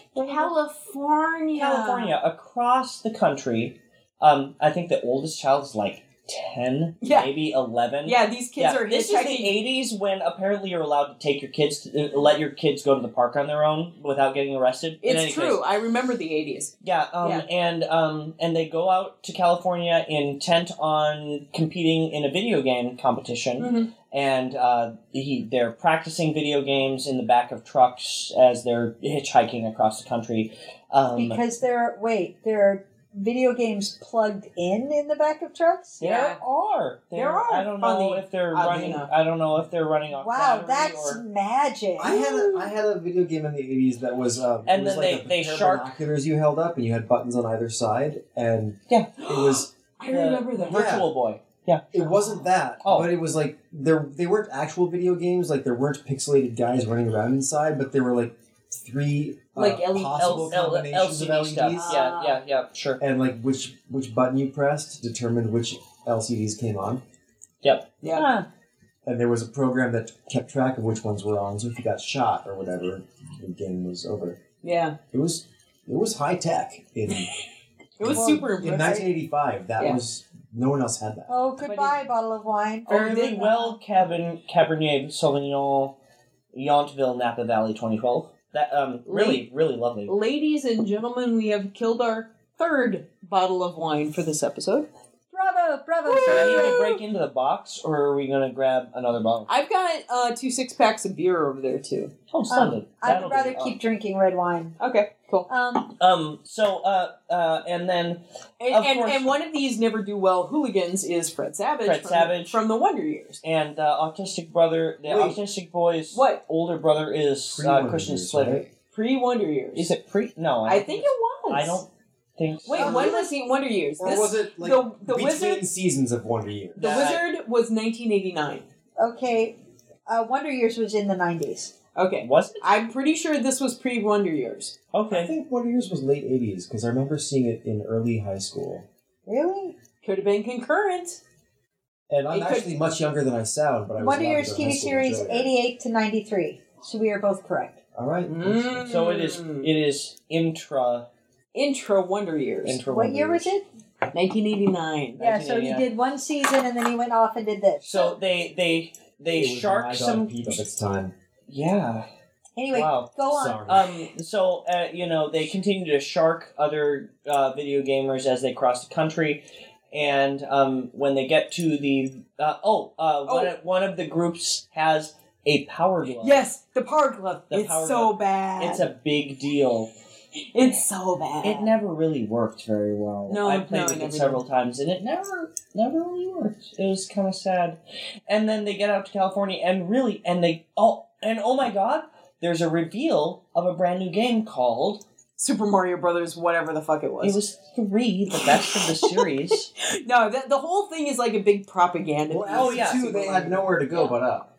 A: California.
F: California, across the country. Um, I think the oldest child is like ten,
A: Yeah.
F: maybe eleven.
A: Yeah, these kids
F: Yeah,
A: are
F: this is the
A: hitchhiking.
F: '80s when apparently you're allowed to take your kids, to, uh, let your kids go to the park on their own without getting arrested. In any
A: It's true.
F: case,
A: I remember the eighties.
F: yeah, um,
A: Yeah.
F: and um, and they go out to California intent on competing in a video game competition,
A: Mhm.
F: and uh, he they're practicing video games in the back of trucks as they're hitchhiking across the country. Um,
B: Because there are, wait, there are video games plugged in in the back of trucks?
F: there
A: Yeah.
F: are
A: There
F: There-
A: are
F: I don't know
A: funny,
F: if they're
A: oddly
F: running.
A: enough.
F: I don't know if they're running off.
B: Wow,
F: Uh, battery
B: that's
F: or-
B: magic.
C: I had a, I had a video game in the eighties that was um,
F: And
C: it was
F: then
C: like
F: they-
C: a
F: they
C: pair of
F: shark-
C: binoculars you held up and you had buttons on either side and
F: Yeah.
C: it was
A: I remember that.
C: Yeah.
F: Virtual Boy.
C: it wasn't that
F: Oh.
C: but it was like there they weren't actual video games like there weren't pixelated guys running around inside but there were like three uh,
A: Like LED
C: possible
F: L- L-
C: combinations
F: LCD
C: of E LEDs
F: stuff. Yeah, yeah, yeah. Sure.
C: and like which which button you pressed determined which LCDs came on
A: Yeah.
C: and there was a program that kept track of which ones were on so if you got shot or whatever the game was over
A: Yeah.
C: it was it was high tech in
A: It was
B: Well,
A: super
C: In
A: impressive.
C: 1985, that
A: Yeah. Uh,
C: was no one else had that.
B: Oh, goodbye, bottle of wine.
A: Very
F: Only
A: good.
F: Oh, well Cabin, Cabernet Sauvignon, Yountville, Napa Valley 2012. That um really, really lovely.
A: Ladies and gentlemen, we have killed our third bottle of wine for this episode.
B: Bravo, bravo,
F: So are we
B: sir.
F: gonna break into the box or are we gonna grab another bottle?
A: I've got uh, two six packs of beer over there too.
F: Oh, splendid.
B: I
F: That'll
B: would
F: be,
B: rather
F: uh,
B: keep drinking red wine.
A: Okay, cool.
B: Um,
F: Um so uh uh and then
A: And
F: Of
A: and,
F: course.
A: and one of these never do well hooligans is Fred Savage.
F: Fred
A: from,
F: Savage.
A: from the Wonder Years.
F: and the autistic brother the
C: Wait.
F: autistic boy's
A: What?
F: older brother is uh,
C: Pre-Wonder
F: Christian
C: Years,
F: Slater.
C: right?
A: Pre Wonder Years.
F: Is it pre no
A: I think it was.
F: I don't Oh, think so.
A: Wait, when was he Wonder Years?
C: Or
A: This-
C: was it like
A: the- the
C: between
A: Wizard-
C: seasons of Wonder Year?
A: The
F: that-
A: Wizard was 1989.
B: okay, uh, Wonder Years was in the 90s.
A: Okay.
F: Was it?
A: I'm pretty sure this was pre Wonder Years.
C: I
F: Okay.
C: think Wonder Years was late 80s because I remember seeing it in early high school.
B: Really?
A: Could have been concurrent.
C: And I'm
A: It could-
C: actually much younger than I sound, but I was
B: Wonder
C: allowed to
B: Years
C: go to high
B: TV
C: school
B: series
C: much earlier.
B: 88 to 93. So we are both correct.
C: All right.
A: Mm.
F: So it is it is intra
A: Intra Wonder Years.
F: intra
B: What year was it?
A: 1989.
B: Yeah, so he
F: 1989.
B: did one season and then he went off and did this.
F: So they they they
C: It was
F: shark
C: my
F: some
C: dog Pete of its time.
F: Yeah.
B: Anyway,
F: Wow.
B: go on.
C: Sorry.
F: Um. So uh, you know they continue to shark other uh, video gamers as they cross the country, and um, when they get to the uh, oh, uh, one
A: Oh.
F: Of, one of the groups has a power glove.
A: Yes, the power glove.
F: The
A: it's
F: power
A: so
F: glove.
A: bad.
F: It's a big deal.
A: it's so bad.
F: It never really worked very well.
A: Oh. No,
F: I played
A: no, it
F: with
A: never
F: it several times, and it never, never really worked. It was kind of sad. And then they get out to California, and really, and they oh, and oh my God, there's a reveal of a brand new game called.
A: Super Mario Brothers, whatever the fuck it was.
F: It was three, the best of the series.
A: no, the, the whole thing is like a big propaganda.
C: Well,
A: piece.
F: oh,
C: after
F: yeah,
C: two,
A: Super
C: they
A: Mario.
C: had nowhere to go
F: Yeah.
C: but up.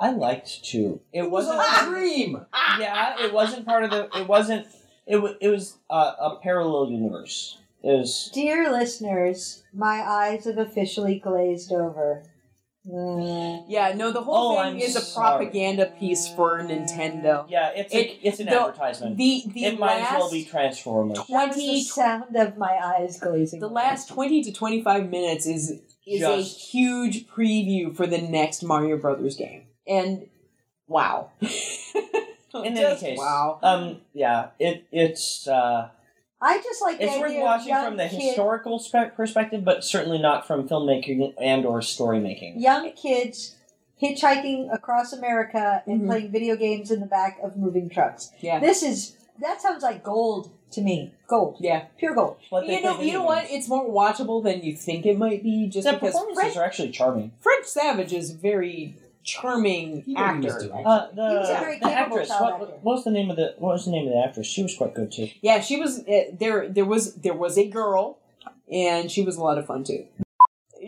F: I liked two. It wasn't.
C: dream.
F: yeah, it wasn't part of the. It wasn't. It wa It was uh, a parallel universe. It was.
B: Dear listeners, my eyes have officially glazed over. Mm.
A: Yeah, no, the whole
F: Oh,
A: thing
F: I'm
A: is a
F: sorry.
A: propaganda piece for Nintendo.
F: Yeah, it's a,
A: It-
F: it's an
A: the-
F: advertisement.
A: The the
F: it might
A: last
F: as well be Transformers.
B: That was the
A: 20
B: sound of my eyes glazing.
A: the
B: over.
A: last 20 to 25 minutes is is a
F: Just-
A: huge preview for the next Mario Brothers game. And wow.
F: In
A: Just
F: any case,
A: wow.
F: Um, yeah, it it's uh,
B: I just like
F: it's
B: the
F: worth
B: idea
F: watching
B: of young
F: from the
B: kid-
F: historical spe- perspective, but certainly not from filmmaking and or story making.
B: young kids hitchhiking across America and
F: Mm-hmm.
A: Mhm.
B: playing video games in the back of moving trucks.
A: Yeah.
B: This is that sounds like gold to me. Gold,
A: yeah.
B: pure gold.
F: But they
A: you know,
F: play
A: you know
F: video
A: what?
F: games.
A: It's more watchable than you think it might be, just
F: The
A: because
F: performances
A: Fred,
F: are actually charming.
A: Fred Savage is very charming
C: He really was
A: actor.
C: doing it.
F: Uh, the,
B: He was a very
F: the
B: capable
F: actress.
B: child
F: What,
B: actor.
F: what was the name of the What was the name of the actress? She was quite good too.
A: Yeah, she was uh, there. There was there was a girl, and she was a lot of fun too.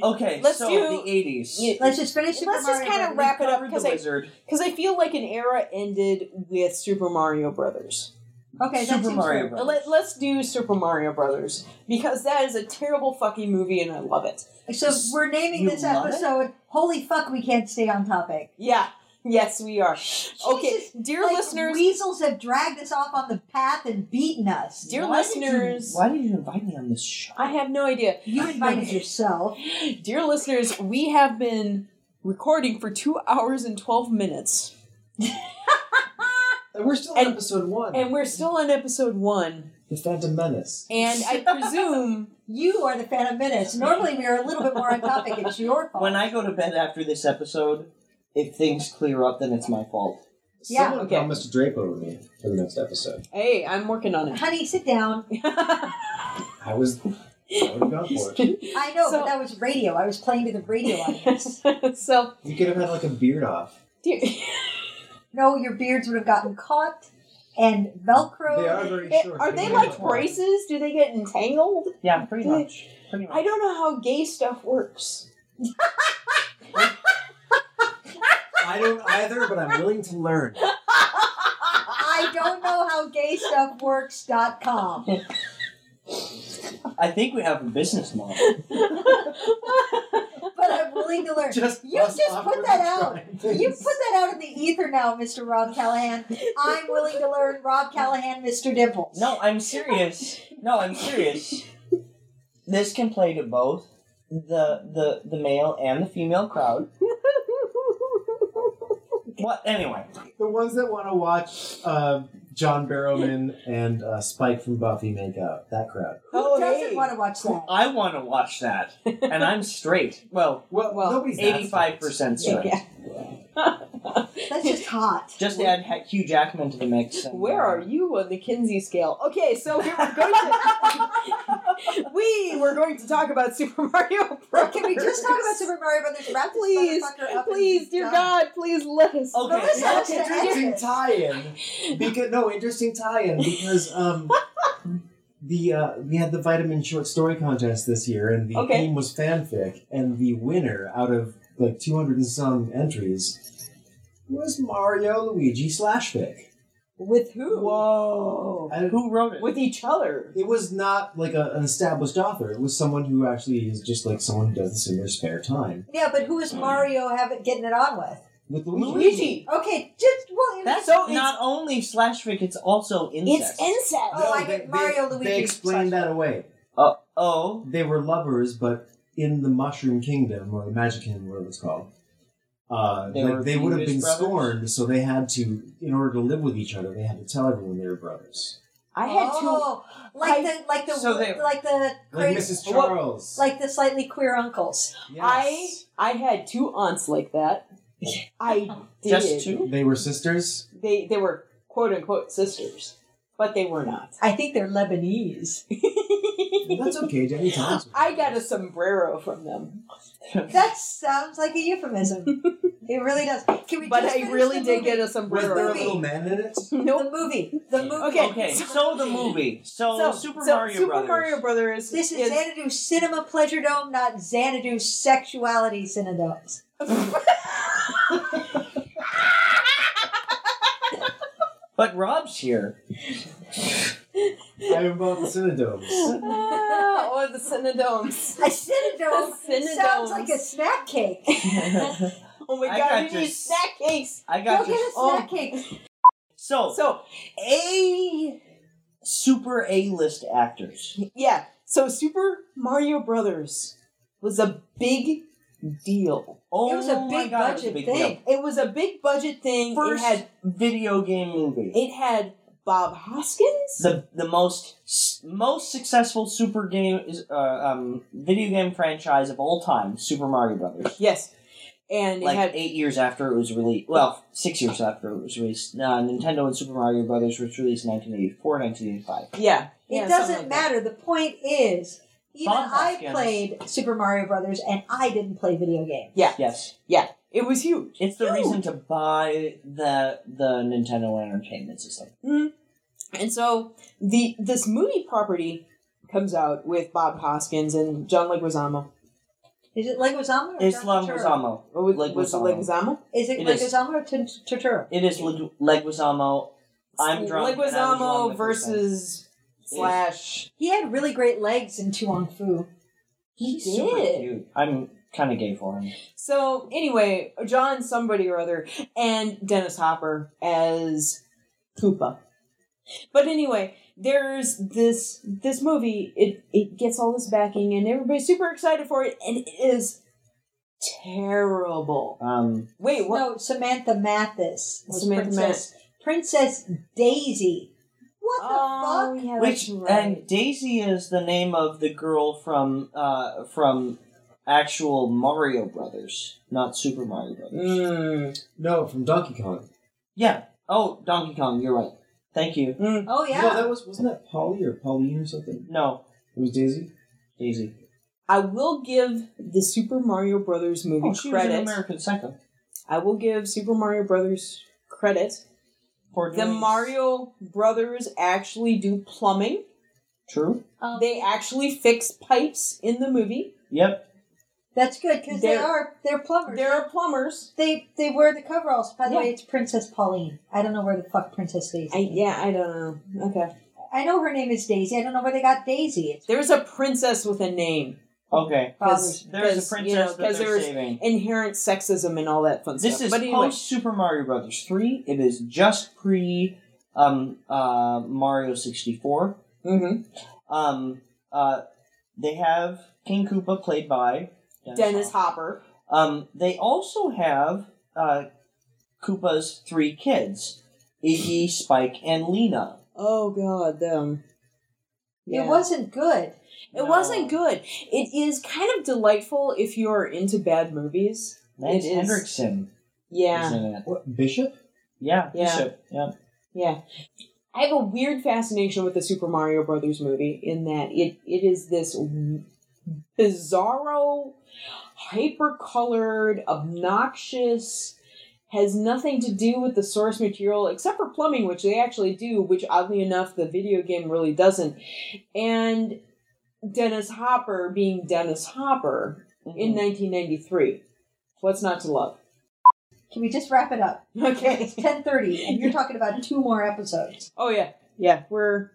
F: Okay,
A: Let's
F: so
A: do-
F: the eighties.
A: Yeah,
B: Let's just finish Super
A: Let's just
B: Mario
A: kinda
B: Brothers.
A: wrap it up, 'cause I-
F: wizard.
A: Because I feel like an era ended with Super Mario Brothers.
B: Okay, that
F: Super
B: seems
F: Mario
B: fair.
F: Brothers.
A: Let, us do Super Mario Brothers because that is a terrible fucking movie, and I love it.
B: So we're naming
F: You
B: this
F: love it?
B: episode "Holy Fuck, We Can't Stay on Topic."
A: Yeah. Yes, we are. Okay,
B: Jesus,
A: dear
B: like,
A: listeners,
B: weasels have dragged us off on the path and beaten us.
A: dear
F: Why did you-
A: listeners,
F: why did you invite me on this show?
A: I have no idea.
B: you invited yourself.
A: Dear listeners, we have been recording for two hours and twelve minutes,
C: We're still on
A: And-
C: episode one.
A: and we're still on episode one.
C: the Phantom Menace.
A: And I presume
B: You are the Phantom Menace. Normally, we are a little bit more on topic. It's your fault.
F: When I go to bed after this episode, if things clear up, then it's my fault.
B: Yeah,
C: Someone
A: okay.
C: promised to drape over me for the next episode.
A: Hey, I'm working on it.
B: Honey, sit down.
C: I was. I would have gone for it.
B: I know,
A: So-
B: but that was radio. I was playing to the radio audience.
A: so,
C: You could have had like a beard off.
A: dear,
B: no, your beards would have gotten caught and Velcro.
C: They are very short.
A: are they like braces? Do they get entangled?
F: Yeah, pretty much. Pretty much.
A: I don't know how gay stuff works.
C: I don't either, but I'm willing to learn.
B: I don't know how gaystuffworks.com.
F: I think we have a business model.
B: but I'm willing to learn.
C: Just
B: You
C: us
B: just put
C: awkwardly
B: that out.
C: trying things.
B: You put that out in the ether now, Mr. Rob Callahan. I'm willing to learn Rob Callahan, Mr. Dimples.
F: No, I'm serious. No, I'm serious. This can play to both the the the male and the female crowd. What anyway?
C: the ones that want to watch uh, John Barrowman and uh, Spike from Buffy make out. That crowd.
B: Who
A: Oh,
B: doesn't
A: hey.
B: want to watch that?
F: I want to watch that, and I'm straight. Well,
C: Well,
A: Well,
C: nobody's that
F: eighty-five percent straight.
A: Yeah.
B: That's just hot.
F: Just add Ha- Hugh Jackman to the mix. and-
A: Where are you on the Kinsey scale? Okay, so we were going to we were going to talk about Super Mario Bros.
B: Can we just talk about Super Mario Brothers? Wrap this
A: Please,
B: motherfucker up and
A: please,
B: be
A: dear
B: done.
A: God, please let us.
F: Okay.
B: Melissa has
C: Okay,
B: to end
C: interesting
B: this.
C: tie-in. Because no, interesting tie-in because um, the uh, we had the vitamin short story contest this year, and the
A: Okay.
C: theme was fanfic, and the winner out of like two hundred and some entries was Mario Luigi slash fic.
A: With who? Whoa.
C: I-
F: Who wrote it?
A: With each other.
C: It was not like a, an established author. It was someone who actually is just like someone who does this in their spare time.
B: Yeah, but who is Mario have it, getting it on with?
C: With
A: Luigi.
B: Okay, just well,
F: That's
A: So it's-
F: not only slash fic, it's also incest.
A: It's incest.
B: Oh, I get Mario,
C: they,
B: Luigi,
C: They explained
B: slash-
C: that away.
F: Uh, oh,
C: They were lovers, but in the Mushroom Kingdom or the Magic Kingdom, whatever it's called, uh,
F: They
C: like,
F: were
C: they would have been
F: Venus brothers?
C: scorned. So they had to, in order to live with each other, they had to tell everyone they were brothers.
A: I had to.
B: oh, like
A: I-
B: the like the
F: So they-
B: like the
C: Like
B: crazy-
C: Mrs. Charles.
B: like the slightly queer uncles.
A: I I had two aunts like that. I did.
F: just two.
C: They were sisters.
A: They they were quote unquote sisters, but they were not.
B: I think they're Lebanese.
C: That's okay, Jenny. Thomas was-
A: I got a sombrero from them,
B: That sounds like a euphemism. it really does. Can we?
A: but
B: just
A: I
B: finish
A: really
B: the
A: did
B: movie?
A: get a
C: Was there a
A: sombrero.
B: movie.
C: little man in it?
A: Nope.
B: the movie. The movie.
A: Okay.
F: Hmm. Okay, so the movie. So, Oh, Super
A: so
F: Mario
A: Super
F: Brothers.
A: Mario Brothers.
B: This is Xanadu Cinema Pleasure Dome, not Xanadu Sexuality Cinema
F: But Rob's here.
C: I am about the Cinedomes.
A: Ah, or the Cinedomes.
B: A Cinedome
A: Cinedome.
B: sounds like a snack cake.
F: I
A: Oh my
F: I
A: god,
F: got
A: we need
F: just-
A: snack cakes.
B: Go
F: got
B: get a
F: you.
A: Oh.
B: snack cake.
F: So,
A: So
F: a super A list actors.
A: yeah, so Super Mario Brothers was a big deal.
F: Oh
B: It was a
F: my
B: big
F: God, it was
B: budget
F: a big
B: thing.
F: deal.
A: It was a big budget thing.
F: First
A: It had
F: video game movie.
A: it had Bob Hoskins.
F: the the most s- most successful super game is uh, um, video game franchise of all time, Super Mario Brothers.
A: Yes, and
F: Like
A: it had
F: eight years after it was released, well, six years after it was released, uh, Nintendo and Super Mario Brothers was released in 1984, 1985.
A: yeah.
B: It
A: yeah,
B: doesn't
A: something like that.
B: matter. The point is, even
F: Bob
B: I
F: Hoskins.
B: played Super Mario Brothers and I didn't play video games.
A: Yeah,
F: Yes,
A: yeah. It was huge.
F: It's the
A: Huge.
F: reason to buy the the Nintendo Entertainment System.
A: And so the this movie property comes out with Bob Hoskins and John Leguizamo.
B: Is it Leguizamo or
F: It's
B: John Turturro?
F: Leguizamo.
A: Oh, was it
F: Leguizamo.
A: Leguizamo?
B: Is it,
F: It is.
B: Leguizamo or Tur- Turturro?
F: It is Leg- Leguizamo. I'm drunk. and I was wrong
A: Leguizamo
F: the first time.
A: versus slash.
B: He had really great legs in Tuong Fu.
A: He
F: Super cute. I'm kind of gay for him.
A: So anyway, John somebody or other and Dennis Hopper as Koopa. But anyway, there's this this movie. It it gets all this backing and everybody's super excited for it, and it is terrible.
F: Um,
A: Wait, what?
B: No, Samantha Mathis. was
A: Samantha
B: Princess, Princess Daisy. What the
A: Oh,
B: fuck?
A: yeah,
F: which
A: that's right.
F: and Daisy is the name of the girl from uh from actual Mario Brothers, not Super Mario Brothers.
A: Mm.
C: No, from Donkey Kong.
F: Yeah. Oh, Donkey Kong. You're right. Thank you.
A: Mm.
B: Oh, yeah.
C: No, that was wasn't that Polly or Pauline or something?
F: No,
C: It was Daisy.
F: Daisy.
A: I will give the Super Mario Brothers movie
F: Oh, she was an
A: credit.
F: American Psycho.
A: I will give Super Mario Brothers credit.
F: For
A: The
F: doing-
A: Mario Brothers actually do plumbing.
F: True.
B: Um,
A: They actually fix pipes in the movie.
F: Yep.
B: that's good because they
A: They're-
B: are they're plumbers.
A: There are plumbers.
B: they they wear the coveralls. By the
A: Yeah.
B: way, it's Princess Pauline. I don't know where the fuck Princess Daisy.
A: I, yeah, I don't know. Okay.
B: I know her name is Daisy. I don't know where they got Daisy. It's
A: There's a princess with a name.
F: Okay.
B: bothers.
A: Because-
F: There's a
A: you
F: princess
A: know,
F: that
A: 'cause
F: they're
A: there's
F: saving.
A: Inherent sexism and all that fun
F: This
A: stuff.
F: is
A: but anyway,
F: post Super Mario Brothers three. It is just pre um, uh, Mario sixty four.
A: mhm.
F: Um, uh, they have King Koopa played by
A: Dennis
F: Hopper.
A: Hopper.
F: Um, they also have uh, Koopa's three kids: Iggy, Spike, and Lena.
A: Oh God, them. Yeah.
B: It wasn't good.
A: It wasn't good. It is kind of delightful if you are into bad movies.
F: Lance
A: It is-
F: Hendrickson is
A: Yeah,
F: in it.
C: What Bishop?
F: Yeah,
A: Yeah.
F: Bishop, yeah.
A: yeah. I have a weird fascination with the Super Mario Brothers movie in that it it is this w- bizarro, hyper colored, obnoxious. Has nothing to do with the source material except for plumbing, which they actually do, which oddly enough, the video game really doesn't. And Dennis Hopper being Dennis Hopper, in
F: Mm-hmm.
A: 1993. What's not to love?
B: Can we just wrap it up?
A: Okay.
B: It's ten thirty, and you're talking about two more episodes.
A: Oh yeah, yeah. We're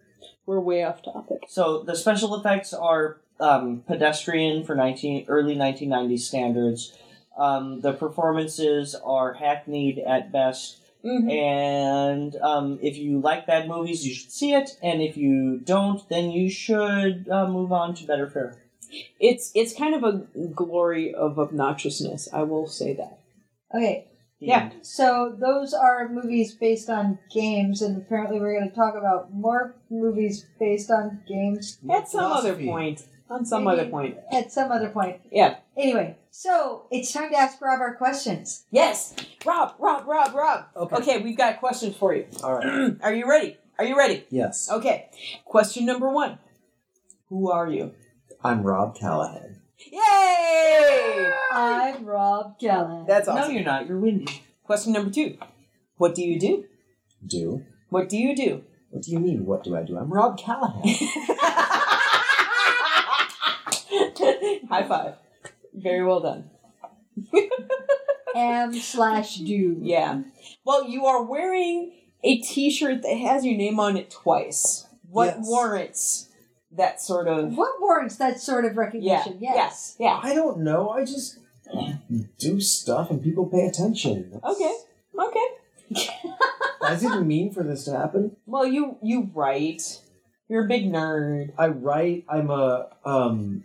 A: we're way off topic.
F: So the special effects are um, pedestrian for 19, early 1990s standards. Um, the performances are hackneyed at best.
A: Mhm.
F: And um, if you like bad movies, you should see it. And if you don't, then you should uh, move on to better fare.
A: It's it's kind of a glory of obnoxiousness. I will say that.
B: Okay,
F: The
A: Yeah.
F: end.
B: so those are movies based on games, and apparently we're going to talk about more movies based on games
A: At some other
C: Philosophy.
A: point. On some
B: Maybe-
A: other point.
B: at some other point.
A: Yeah.
B: Anyway, so it's time to ask Rob our questions.
A: Yes. Rob. Rob. Rob. Rob.
C: Okay.
A: Okay. We've got questions for you.
C: All right.
A: Are you ready? Are you ready?
C: Yes.
A: Okay. Question number one. Who are you?
C: I'm Rob Callahan.
A: Yay!
B: I'm Rob Gallen.
A: That's
F: No,
A: awesome.
F: you're not. You're windy.
A: Question number two. What do you do?
C: Do?
A: What do you do?
C: What do you mean? What do I do? I'm Rob Callahan.
A: High five. Very well done.
B: M slash do.
A: Yeah. Well, you are wearing a t shirt that has your name on it twice. What
C: Yes.
A: warrants that sort of.
B: What warrants that sort of
A: Yeah.
B: recognition? Yes.
A: Yes. Yeah.
C: I don't know. I just do stuff and people pay attention. That's-
A: Okay. Okay.
C: I didn't mean for this to happen.
A: Well, you you write. You're a big nerd.
C: I write. I'm a. Um,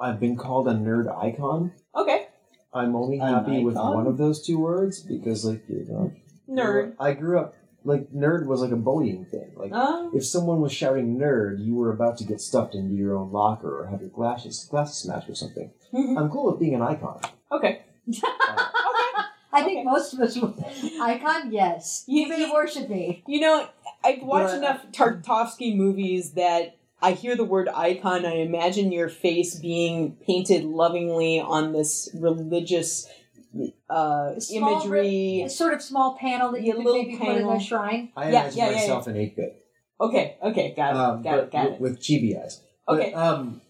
C: I've been called a nerd icon.
A: Okay.
C: I'm only
F: An
C: happy with
F: icon?
C: one of those two words because, like, you know,
A: Nerd.
C: I grew up like nerd was like a bullying thing. Like,
A: Uh,
C: if someone was shouting nerd, you were about to get stuffed into your own locker or have your glasses glasses smashed or something.
A: mhm.
C: I'm cool with being an icon.
A: okay.
C: Uh,
A: Okay.
B: I think
A: Okay.
B: most of us would. Icon, yes.
A: You-
B: You, may
A: you-
B: worship me.
A: You know, I've watched
F: But-
A: enough Tarkovsky movies that I hear the word icon, I imagine your face being painted lovingly on this religious uh,
B: Small
A: imagery.
B: It's sort of small panel that you
A: Yeah,
B: could
A: little
B: maybe put in
A: panel.
B: a shrine.
C: I
A: Yeah,
C: imagine
A: yeah, yeah,
C: myself in eight bit,
A: Okay, okay, got it,
C: um,
A: got
C: but
A: it, got
C: with,
A: it.
C: with chibi eyes. But,
A: Okay.
C: um,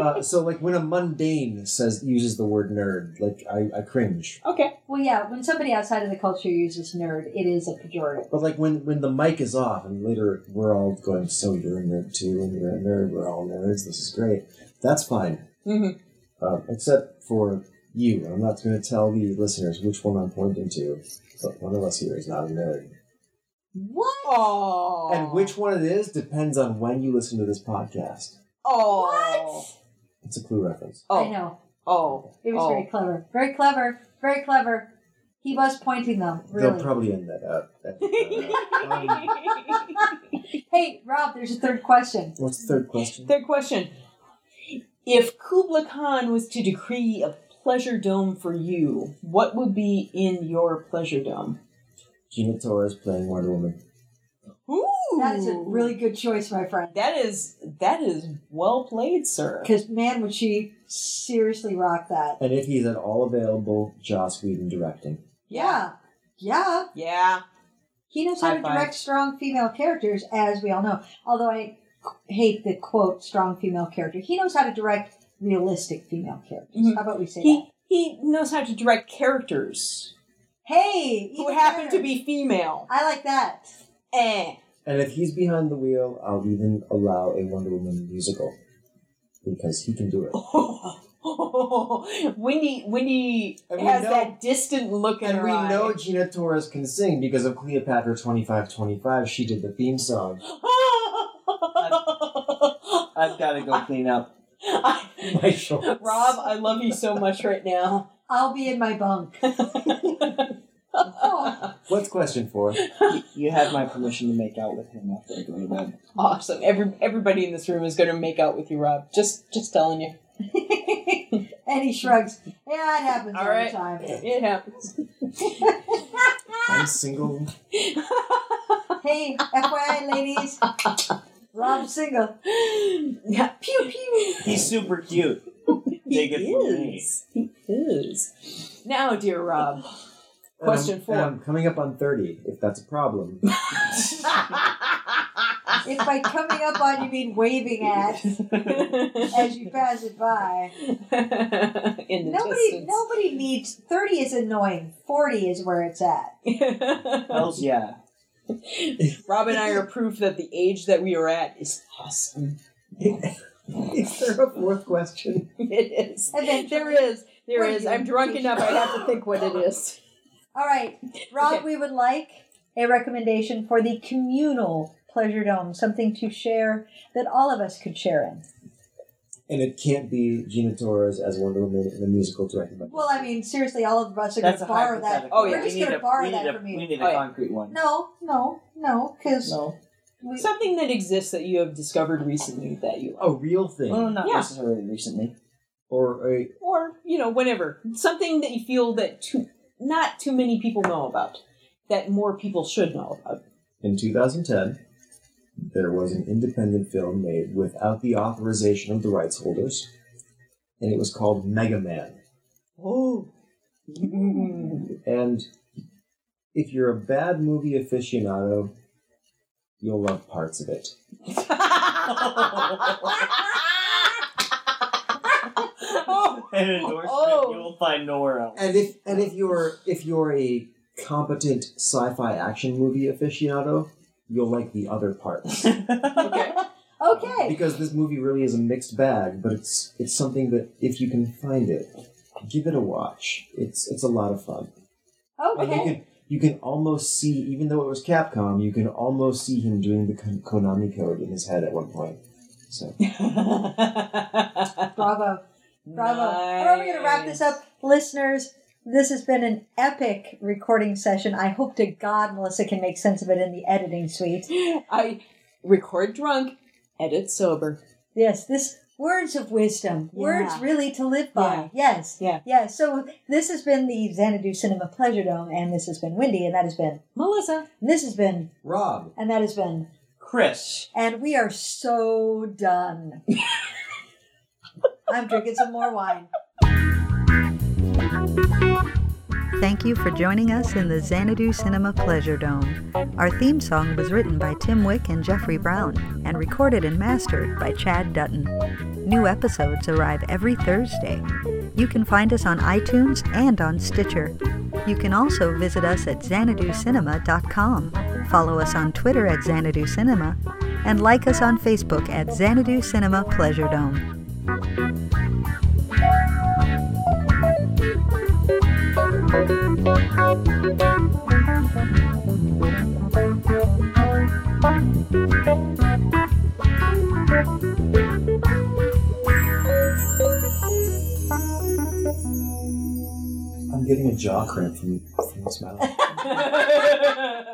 C: uh, so like when a mundane says uses the word nerd, like I, I cringe.
A: Okay,
B: Well, yeah, when somebody outside of the culture uses nerd, it is a pejorative.
C: But like when when the mic is off, and later we're all going, so you're a nerd too, and you're a nerd. We're all nerds. This is great. That's fine,
A: Mhm.
C: uh, except for you. I'm not going to tell the listeners which one I'm pointing to, but one of us here is not a nerd.
B: What?
A: Oh,
C: And which one it is depends on when you listen to this podcast.
A: Oh,
C: It's a clue reference.
A: Oh,
B: I know.
A: Oh,
B: It was
A: oh.
B: very clever. Very clever. Very clever. He was pointing them,
C: They'll
B: really.
C: probably end that up. at, uh, um,
B: hey, Rob, there's a third question.
C: what's the third question?
A: Third question. If Kubla Khan was to decree a pleasure dome for you, what would be in your pleasure dome?
C: Gina Torres playing Wonder Woman.
A: Ooh,
B: That is a really good choice, my friend.
A: that is that is well played, sir.
B: Because, man, would she seriously rock that.
C: And if he's at all available, Joss Whedon directing.
B: Yeah. Yeah.
A: yeah.
B: He knows how
A: High
B: to
A: five.
B: direct strong female characters, as we all know. Although I hate the quote "strong female character," he knows how to direct realistic female characters.
A: Mhm.
B: How about we say
A: He he knows how to direct characters
B: that? Hey,
A: who
B: even
A: happen
B: better.
A: to be female.
B: I like that.
A: Eh.
C: And if he's behind the wheel, I'll even allow a Wonder Woman musical because he can
A: Oh,
C: do it.
A: Wendy Wendy
C: And we
A: has
C: know-
A: that distant look in
C: And
A: her
C: we
A: eye.
C: know Gina Torres can sing because of Cleopatra 2525. She did the theme song.
F: I've got to go clean up.
C: My shorts.
A: Rob, I love you so much right now.
B: I'll be in my bunk. Oh,
C: What's question four?
F: You, you have my permission to make out with him after I go to bed.
A: Awesome. Every everybody in this room is going to make out with you, Rob. Just just telling you,
B: and he shrugs. Yeah, it happens
A: All
B: all,
A: right.
B: the time.
A: it happens.
C: I'm single.
B: Hey, FYI, ladies, Rob's single.
A: Yeah. Pew pew.
G: He's super cute. Take it from me.
A: He is. Now, dear Rob.
C: And I'm-
A: Question four.
C: and I'm coming up on 30, if that's a problem.
B: If by coming up on you mean waving at as you pass it by.
A: in the
B: Nobody,
A: distance.
B: nobody needs. Thirty is annoying. Forty is where it's at.
F: Hells yeah.
A: Rob and I are proof that the age that we are at is awesome.
C: is there a fourth question?
A: It is.
B: Eventually.
A: There is. There
B: Where
A: is.
B: you-
A: I'm drunk enough. I have to think what it is.
B: All right, Rob.
A: Okay.
B: We would like a recommendation for the communal pleasure dome, something to share that all of us could share in.
C: And it can't be Gina Torres as Wonder Woman in a musical directed by.
B: Well, I mean, seriously, all of us are going
F: That's
B: to
F: a
B: borrow that.
F: hypothetical.
A: Oh, yeah,
B: we're
F: We
B: just
F: need
B: going to
F: a-
B: borrow
F: we need
B: that
F: a-
B: from
F: We
B: you.
F: need
A: Oh,
F: a
A: yeah.
F: concrete one.
B: No, no, no, because
F: No.
B: we,
A: Something that exists that you have discovered recently that you oh,
C: a real thing.
F: Well, not
A: Yeah.
F: necessarily recently.
C: Or a.
A: or you know whenever something that you feel that too, not too many people know about that more people should know about
C: In 2010, there was an independent film made without the authorization of the rights holders, and it was called Mega Man.
A: oh Mm.
C: And if you're a bad movie aficionado, you'll love parts of it.
G: An endorsement
A: Oh.
G: you'll find nowhere else.
C: And if and if you're if you're a competent sci-fi action movie aficionado, you'll like the other parts
A: okay
B: okay.
C: because this movie really is a mixed bag. But it's it's something that if you can find it, give it a watch. It's it's a lot of fun. And you
B: Okay.
C: can you can almost see, even though it was Capcom, you can almost see him doing the Kon- Konami code in his head at one point. So
B: Bravo. Bravo. All right, we're going to wrap this up. Listeners, this has been an epic recording session. I hope to God Melissa can make sense of it in the editing suite.
A: i record drunk edit sober
B: Yes, this words of wisdom,
A: Yeah.
B: words really to live by. Yes.
A: Yeah.
B: Yes. So this has been the Xanadu Cinema Pleasure Dome, and this has been Wendy, and that has been,
A: melissa
B: and this has been,
C: Rob,
B: and that has been.
F: Chris.
B: And we are so done. I'm drinking some more wine. Thank you for joining us in the Xanadu Cinema Pleasure Dome. Our theme song was written by Tim Wick and Jeffrey Brown and recorded and mastered by Chad Dutton. New episodes arrive every Thursday. You can find us on iTunes and on Stitcher. You can also visit us at xanaducinema.com, follow us on Twitter at Xanadu Cinema, and like us on Facebook at Xanadu Cinema Pleasure Dome.
C: I'm getting a jaw cramp from, from this mouth.
A: Bye.